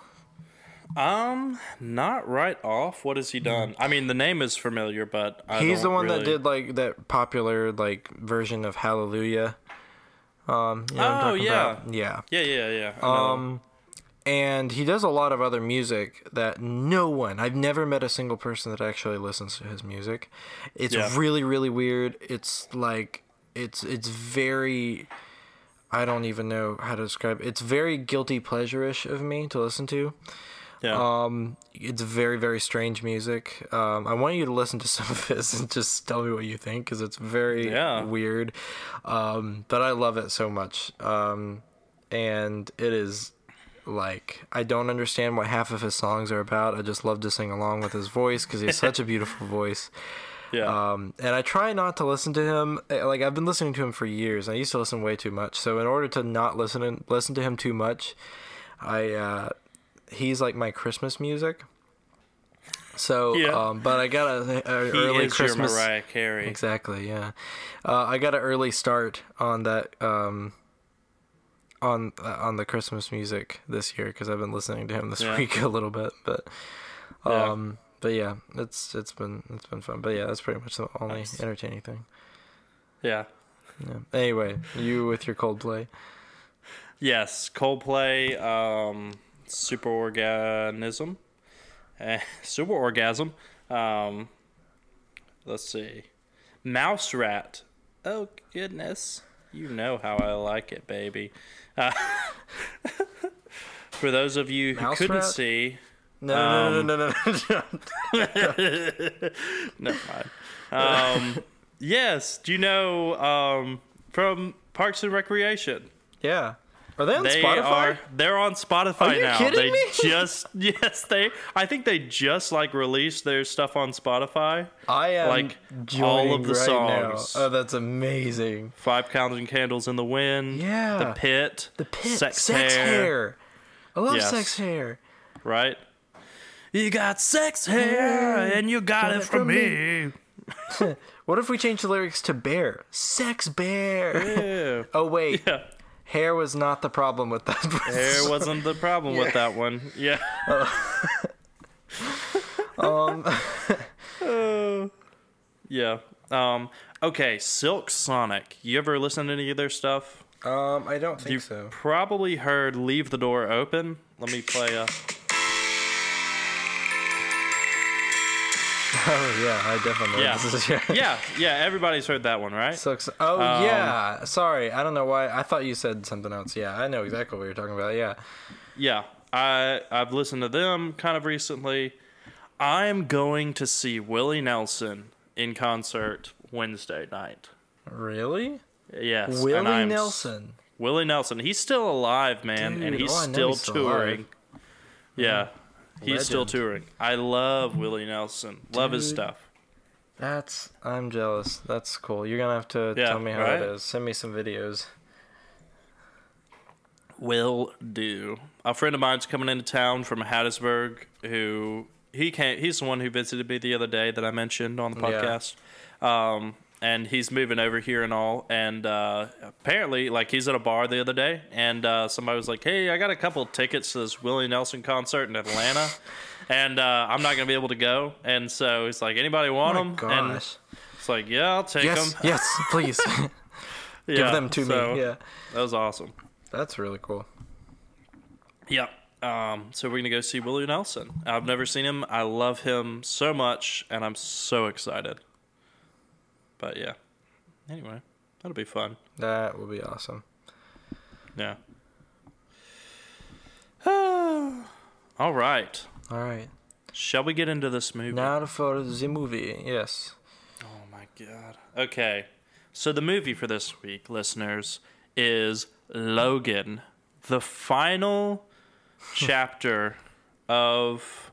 Um, not right off. What has he done? I mean, the name is familiar, but I
He's the
don't
one that
really-
did like that popular like version of Hallelujah. Um, you know what I'm
Oh,
talking
yeah.
about? yeah.
Yeah, yeah, yeah. I know.
Um, and he does a lot of other music that no one, I've never met a single person that actually listens to his music. It's
Yeah.
really, really weird. It's like, it's, it's very, I don't even know how to describe It's very guilty pleasure-ish of me to listen to.
yeah.
Um, it's very, very strange music. Um, I want you to listen to some of his and just tell me what you think because it's very
Yeah.
weird. Um, but I love it so much. Um, and it is like I don't understand what half of his songs are about. I just love to sing along with his voice because he has such a beautiful voice.
yeah.
Um, and I try not to listen to him. eh, Like I've been listening to him for years. I used to listen way too much. So in order to not listen and listen to him too much, I uh, he's like my Christmas music. So,
Yeah.
um, but I got a, a
he
early
is
Christmas.
your Mariah Carey.
Exactly. Yeah, uh, I got an early start on that um, on uh, on the Christmas music this year because I've been listening to him this
Yeah.
week a little bit, but
Yeah.
um, but yeah, it's it's been it's been fun. But yeah, that's pretty much the only
Nice.
entertaining thing.
Yeah.
Yeah. Anyway, you with your Coldplay.
Yes, Coldplay, um, Superorganism Eh, super orgasm. Um, let's see. Mouse rat. Oh goodness. You know how I like it, baby. Uh, for those of you who
Mouse
couldn't
rat?
see,
No, no, no, no, no, no, no.
Never mind. Um, yes, do you know um, from Parks and Recreation?
yeah. Are they on
They
Spotify?
are they're on Spotify
Are you
now.
kidding
they
me?
just yes, they I think they just like released their stuff on Spotify.
I am
like,
joining
all of the
right
songs.
Now. Oh, that's amazing.
Five Thousand Candles in the Wind.
Yeah.
The Pit.
The pit.
Sex,
hair.
hair.
I love
Yes.
sex hair.
Right. You got sex hair and you got, it from me.
What if we change the lyrics to bear? Sex bear.
Yeah.
oh wait,
Yeah.
hair was not the problem with that.
Hair wasn't the problem with that one. Yeah.
um,
Yeah. Um, okay, Silk Sonic. You ever listen to any of their stuff?
um, I don't think
You
so.
probably heard Leave the Door Open. Let me play a.
Oh yeah, I definitely.
Yeah.
This is, yeah.
Yeah, Um, yeah, everybody's heard that one, right?
Sucks. Oh yeah. Sorry, I don't know why. I thought you said something else. Yeah, I know exactly what you're talking about. Yeah.
Yeah. I I've listened to them kind of recently. I'm going to see Willie Nelson in concert Wednesday night.
Really?
Yes. and
Willie
I'm s-
Nelson.
Willie Nelson. He's still alive, man, and
Dude,
he's
oh, I know
still
he's still
touring. Yeah. He's still
Legend.
touring. I love Willie Nelson. Love his
Dude.
stuff.
That's. I'm jealous. That's cool. You're gonna have to
Yeah,
tell me how
right?
it is. Send me some videos.
Will do. A friend of mine's coming into town from Hattiesburg who he can't he's the one who visited me the other day that I mentioned on the
Yeah.
podcast. Um and he's moving over here and all and uh apparently like he's at a bar the other day and uh somebody was like, Hey, I got a couple tickets to this Willie Nelson concert in Atlanta and uh I'm not gonna be able to go and so he's like, Anybody want
Oh
them?
my
And
gosh.
it's like, Yeah, I'll take
yes.
them.
Yes. Please give them to me. Yeah.
That was awesome.
That's really cool.
Yeah. Um, so we're gonna go see Willie Nelson. I've never seen him. I love him so much, and I'm so excited. But yeah. Anyway, that'll be fun.
That will be awesome.
Yeah. All right.
All right.
Shall we get into this movie?
Now for the movie. Yes.
Oh my god. Okay. So the movie for this week, listeners, is Logan, the final chapter of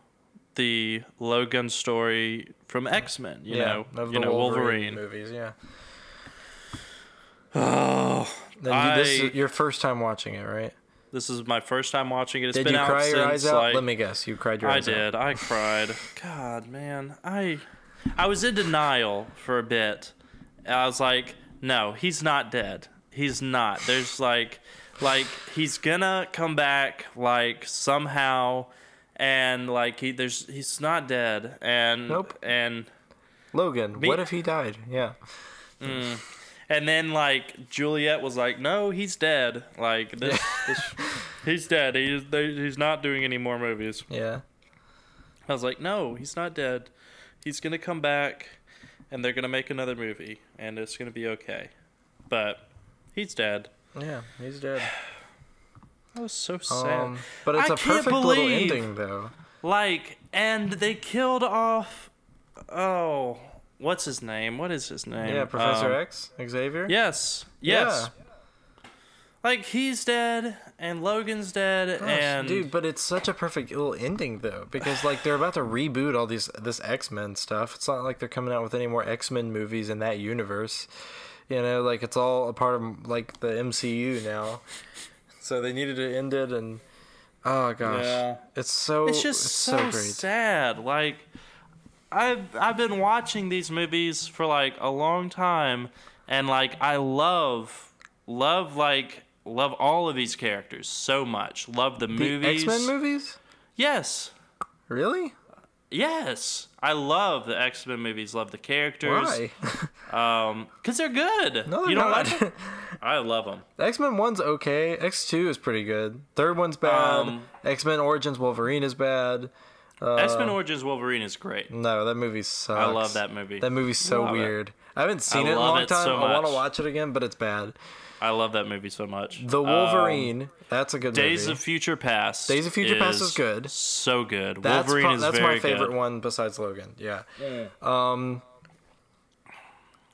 the Logan story from X Men. You
yeah.
know,
of
you
the
know
Wolverine,
Wolverine.
movies. Yeah.
Oh,
Then you, this
I-
is your first time watching it, right?
this is my first time watching it. It's
Did
been
you
out
cry
since
your eyes out?
like
Let me guess. You cried your
I
eyes out.
did. I cried. God, man, I I was in denial for a bit. I was like, no, he's not dead. He's not. There's like like he's gonna come back like somehow and like he there's he's not dead and
Nope.
and
Logan,
Me-
what if he died? Yeah.
and then like Juliet was like, no, he's dead. Like this, this he's dead. He's they, he's not doing any more movies.
Yeah.
I was like, no, he's not dead. He's gonna come back, and they're gonna make another movie, and it's gonna be okay. But he's dead.
Yeah, he's dead.
That was so sad.
Um, but it's
I
a
can't
perfect little
believe-
ending, though.
like, and they killed off. Oh, what's his name? What is his name?
Yeah, Professor
Um,
X, Xavier.
Yes. Yes. Like he's dead, and Logan's dead,
Gosh,
and
dude, but it's such a perfect little ending though, because like they're about to reboot all these this X Men stuff. It's not like they're coming out with any more X Men movies in that universe. You know, like it's all a part of like the MCU now. So they needed to end it, and oh gosh,
Yeah.
it's so
it's just so,
great.
sad. Like I've I've been watching these movies for like a long time, and like I love love like love all of these characters so much. Love the,
The
movies.
X Men movies,
Yes.
really?
Yes, I love the X Men movies. Love the characters.
Why?
Um, cause they're good.
No, they're
you don't
not.
like 'em? I love them.
X Men One's okay. X Two is pretty good. Third one's bad.
Um,
X Men Origins Wolverine is bad.
X Men Origins Wolverine is great.
No, that movie sucks.
I love that movie.
That movie's so
Love it.
weird. I haven't seen
I
it in a
love
long
it
time.
so
I want to
much.
watch it again, but it's bad.
I love that movie so much.
The
Um,
Wolverine. that's a good
Days
movie.
of Future Past.
Days of Future Past is good.
So good.
that's
Wolverine
pro-
is
that's
very
my favorite
good.
one besides Logan. Yeah. Um.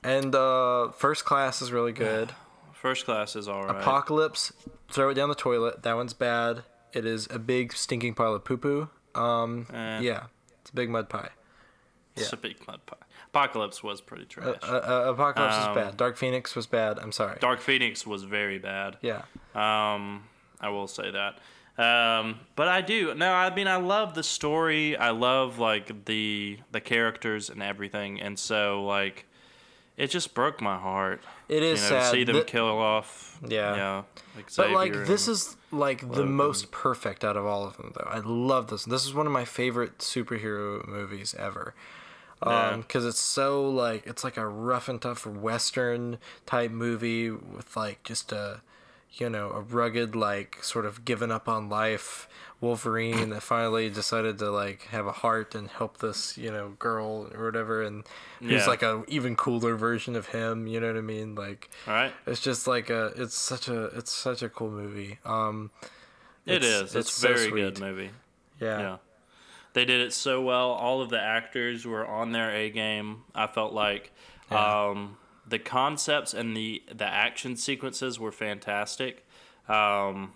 And uh, First Class is really good.
First Class is alright.
Apocalypse, throw it down the toilet. That one's bad. It is a big stinking pile of poo poo. Um,
Eh.
yeah, it's a big mud pie.
It's a big mud pie. Apocalypse was pretty trash.
Uh, uh, Apocalypse
Um,
is bad. Dark Phoenix was bad. I'm sorry.
Dark Phoenix was very bad.
yeah,
Um, I will say that. Um, but I do. No, I mean I love the story. I love like the the characters and everything. And so like, it just broke my heart.
it
You know,
is
to
sad.
see them
Th-
kill off.
Yeah.
Yeah.
but like
Xavier
this
and-
is like the
Logan.
most perfect out of all of them though. I love this. This is one of my favorite superhero movies ever.
Yeah.
Um, because it's so like it's like a rough and tough western type movie with like just a you know a rugged like sort of given up on life wolverine that finally decided to like have a heart and help this you know girl or whatever and who's
Yeah.
like a even cooler version of him you know what i mean like
all right.
it's just like a it's such a it's such a cool movie um
It
It's-
is. It's,
it's so
very good
sweet.
movie.
yeah,
Yeah. They did it so well. All of the actors were on their A game. I felt like um, the concepts and the the action sequences were fantastic. Um,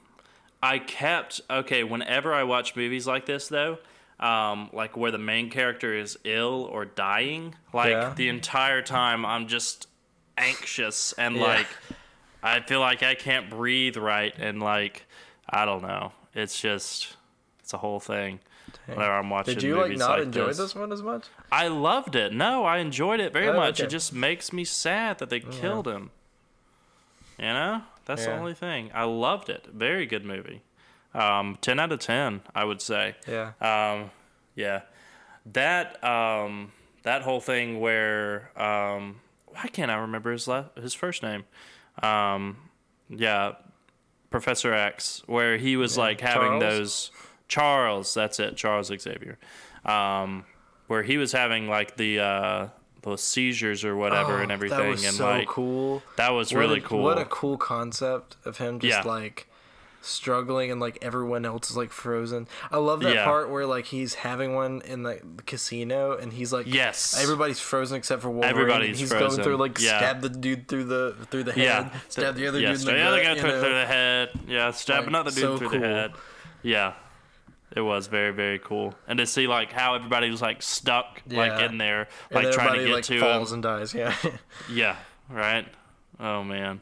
I kept okay. Whenever I watch movies like this, though, um, like where the main character is ill or dying, like
Yeah.
the entire time, I'm just anxious and
Yeah.
like I feel like I can't breathe right, and like I don't know. It's just it's a whole thing. Whenever I'm watching,
did you like
movies
not enjoy
this?
this. one as much
I loved it. No, I enjoyed it very
Oh,
much. It
okay.
just makes me sad that they killed him. You know, that's the
Yeah.
only thing. I loved it. Very good movie. Um, ten out of ten, I would say.
yeah
Um, yeah, that um, that whole thing where um, why can't I remember his last, his first name? Um, yeah, Professor X, where he was like having
Charles?
those Charles. That's it, Charles Xavier. Um, where he was having like the uh, those seizures or whatever and
Oh,
everything,
that was
and
so
like
cool
that was
What
really
a-
cool.
What a cool concept of him just
Yeah.
like struggling and like everyone else is like frozen. I love that
Yeah.
part where like he's having one in the casino and he's like
Yes.
everybody's frozen except for Wolverine. and
Everybody's
he's
frozen.
going through like
Yeah.
stab the dude through the through the head,
Yeah.
stab the other
yeah,
dude in
stab
the
the other
gut,
guy
you
through,
know?
through the head. Yeah, stab
Like,
another dude
so
through
cool.
the head. Yeah. It was very, very cool. And to see like how everybody was like stuck like
Yeah.
in there,
and
like trying to
everybody
get
like
to
falls
him.
and dies. Yeah,
Yeah. Right? Oh man.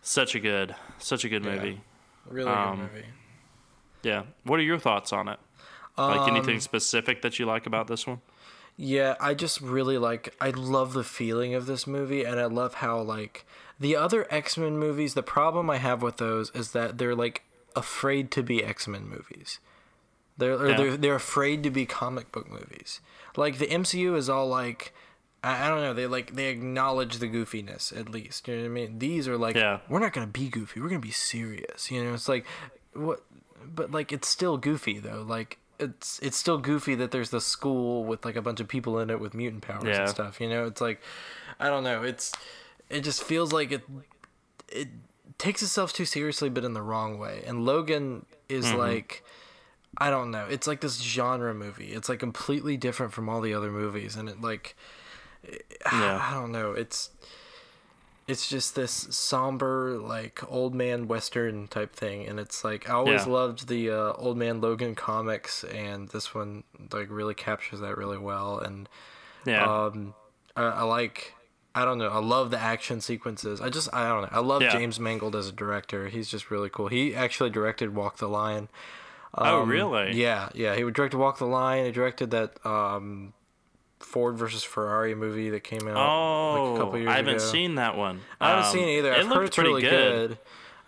Such a good such a good movie.
really
Um,
good movie.
Yeah. What are your thoughts on it? Like
Um,
anything specific that you like about this one?
Yeah, I just really like I love the feeling of this movie and I love how like the other X-Men movies, the problem I have with those is that they're like afraid to be X-Men movies. They're or
Yeah.
they're, they're afraid to be comic book movies. Like the MCU is all like I, I don't know, they like they acknowledge the goofiness at least. You know what I mean? These are like
Yeah.
we're not gonna be goofy, we're gonna be serious. You know, it's like what but like it's still goofy though. Like it's it's still goofy that there's this school with like a bunch of people in it with mutant powers
Yeah.
and stuff, you know? It's like I don't know, it's it just feels like it it takes itself too seriously but in the wrong way. And Logan is like I don't know. It's like this genre movie. It's like completely different from all the other movies, and it like I
Yeah.
don't know. It's it's just this somber like old man western type thing, and it's like I always
Yeah.
loved the uh, old man Logan comics, and this one like really captures that really well, and
Yeah.
um, I, I like. I don't know. I love the action sequences. I just, I don't know. I love
Yeah.
James Mangold as a director. He's just really cool. He actually directed Walk the Line,
oh
um,
really?
Yeah, yeah. He directed Walk the Line. He directed that um, Ford versus Ferrari movie that came out
Oh,
like a couple years
I haven't
ago.
seen that one.
I haven't
Um,
seen it either. I've
looked
heard it's
pretty
really good.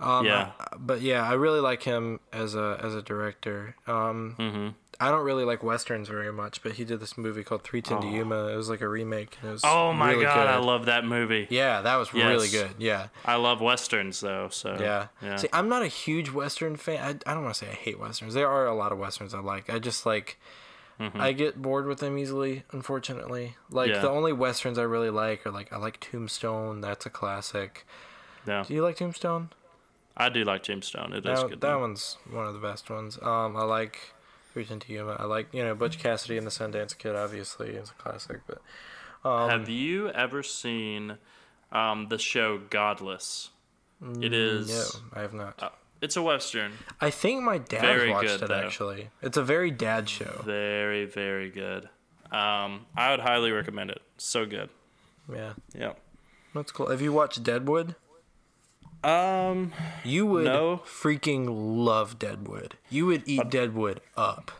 Um,
Yeah.
I- but yeah, I really like him as a as a director. Um,
Mm-hmm.
I don't really like westerns very much, but he did this movie called Three Ten to Yuma. It was like a remake. And it was
Oh my
really
god, I
good.
love that movie.
yeah, that was really
Yes.
good. Yeah,
I love westerns though. So
yeah.
yeah.
See, I'm not a huge western fan. I, I don't want to say I hate westerns. There are a lot of westerns I like. I just like. I get bored with them easily, unfortunately. Like
Mm-hmm. Yeah.
the only westerns I really like are like I like Tombstone. That's a classic.
yeah.
Do you like Tombstone?
I do like Tombstone. It is
That,
good.
that
though.
one's one of the best ones. Um, I like Return to Yuma. I like you know Butch Cassidy and the Sundance Kid. Obviously, it's a classic. But
Have you ever seen um, the show Godless? It
Mm, no,
is.
I have not.
It's a western.
I think my dad
very
watched
good,
it
though.
actually. It's a very dad show.
Very very good. Um, I would highly recommend it. So good.
Yeah,
Yep.
that's cool. Have you watched Deadwood?
Um,
You would
No.
freaking love Deadwood. You would eat Deadwood up.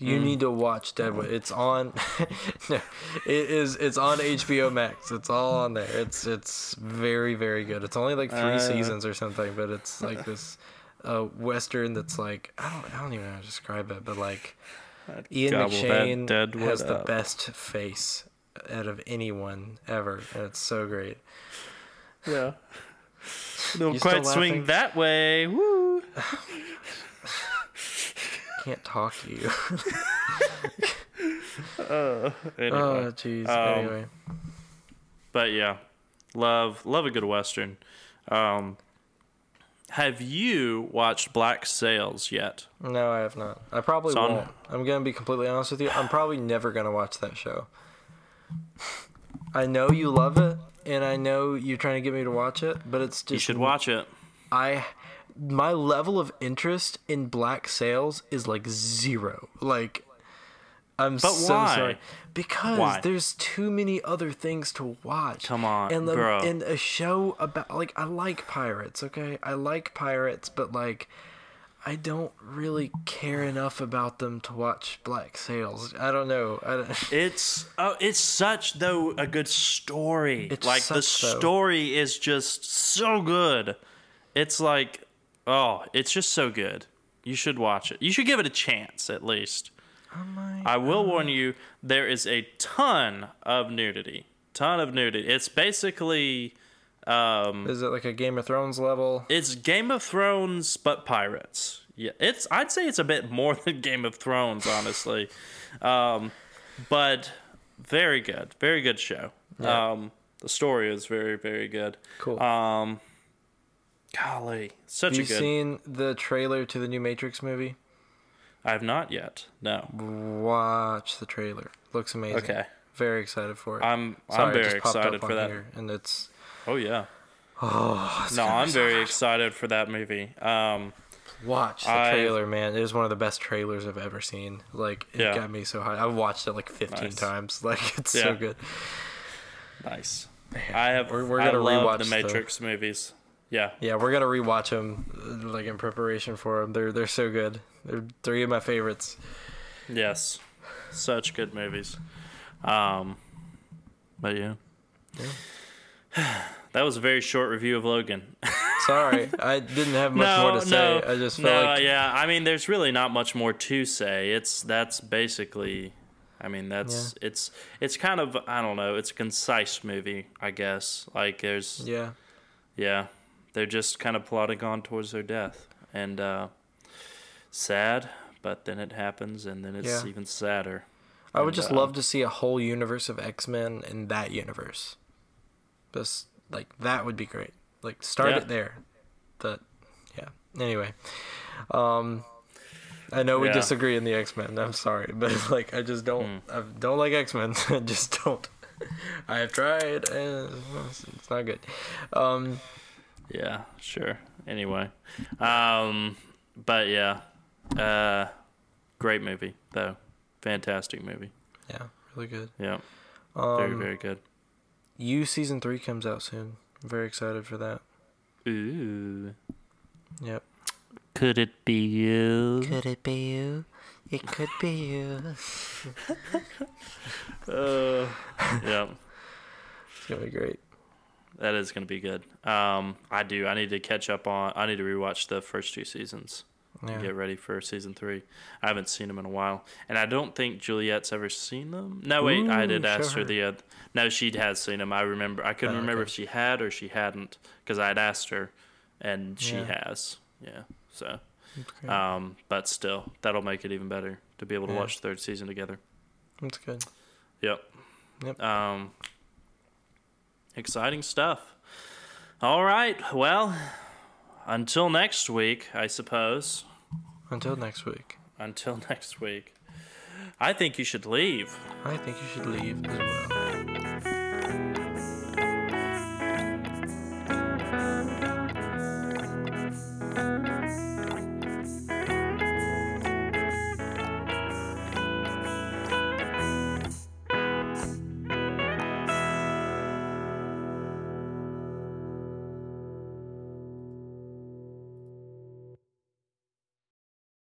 Mm.
You need to watch Deadwood. It's on. no, it is. It's on HBO Max. It's all on there. It's it's very very good. It's only like three
Uh.
seasons or something, but it's like this uh, western that's like I don't I don't even know how to describe it, but like Ian
gobble that
McShane
Deadwood
has the
up.
best face out of anyone ever, and it's so great.
yeah. No,
You still
quite
laughing?
swing that way. Woo.
Can't talk to you.
Anyway.
oh jeez.
Um,
anyway.
but yeah love love a good western um have you watched black sails yet
No, I have not. I probably
It's on-
won't. I'm gonna be completely honest with you. I'm probably never gonna watch that show. I know you love it, and I know you're trying to get me to watch it, but it's just
you should watch it
I, my level of interest in Black Sales is like zero. Like, I'm
But
so
why?
sorry because
Why?
there's too many other things to watch.
Come on,
and
bro.
and a show about like I like pirates. Okay, I like pirates, but like. I don't really care enough about them to watch Black Sails. I don't know. I don't,
it's oh it's such though a good story
It's
like the
such, though.
story is just so good it's like oh it's just so good you should watch it you should give it a chance at least
Oh
I will warn you, there is a ton of nudity. Ton of nudity. It's basically um,
is it like a Game of Thrones level?
It's Game of Thrones but pirates. Yeah, it's I'd say it's a bit more than Game of Thrones, honestly. um, but very good, very good show. Um, the story is very very good.
Cool.
Um, golly, such
Have
a
you
good.
seen the trailer to the new Matrix movie?
I've not yet.
Mm.
No.
Watch the trailer. Looks amazing.
Okay.
Very excited for it.
I'm-
Sorry,
I'm
it
very
just popped
excited
up
for
on
that.
Here, and it's
Oh yeah.
oh, it's
No,
gonna be
I'm
so
very
good.
excited for that movie. Um,
Watch the
I-
trailer, man. It is one of the best trailers I've ever seen. Like it
Yeah.
got me so high. I've watched it like 15
Nice.
times. Like it's so
Yeah.
good.
nice. I have.
We're- we're
I
gonna
love the
rewatch the-
Matrix movies. Yeah.
Yeah, we're gonna rewatch them like in preparation for them. They're they're so good. They're three of my favorites.
Yes. Such good movies. Um, but yeah. That was a very short review of Logan.
Sorry, I didn't have much
no,
more to
no,
say. I just felt
no,
like
yeah. I mean, there's really not much more to say. It's that's basically, I mean, that's it's it's kind of I don't know. It's a concise movie, I guess. Like there's
yeah.
yeah, they're just kind of plodding on towards their death, and uh, sad. But then it happens, and then it's
Yeah.
even sadder.
I would just
um,
love to see a whole universe of X Men in that universe. Just like that would be great. Like start
Yeah.
it there. But yeah. Anyway, um, I know we
Yeah. Hmm.
disagree in the X Men. I'm sorry, but like I just don't. I don't like X Men. I just don't. I have tried, and it's not good. Um,
Yeah, sure. Anyway, um, but yeah, uh, great movie though, fantastic movie.
yeah, really good.
Yeah, very
Um,
very good.
you season three comes out soon. I'm very excited for that.
Ooh,
Yep.
could it be you?
Could it be you? It could be you.
Uh, yeah,
It's gonna be great.
That is going to be good. Um, I do. I need to catch up on. I need to rewatch the first two seasons. and
Yeah.
Get ready for season three. I haven't seen them in a while, and I don't think Juliet's ever seen them. No, wait, I
Ooh,
did
show
ask her,
her.
the. Uh, no, she has seen them. I remember. I couldn't
Oh,
remember
okay.
if she had or she hadn't because I had asked her, and she
Yeah.
has. Yeah. So,
That's good.
um, but still, that'll make it even better to be able to
Yeah.
watch the third season together.
That's good.
Yep.
Yep.
Um, exciting stuff. All right. Well, until next week, I suppose.
Until next week,
Until next week. I think you should leave.
I think you should leave as well.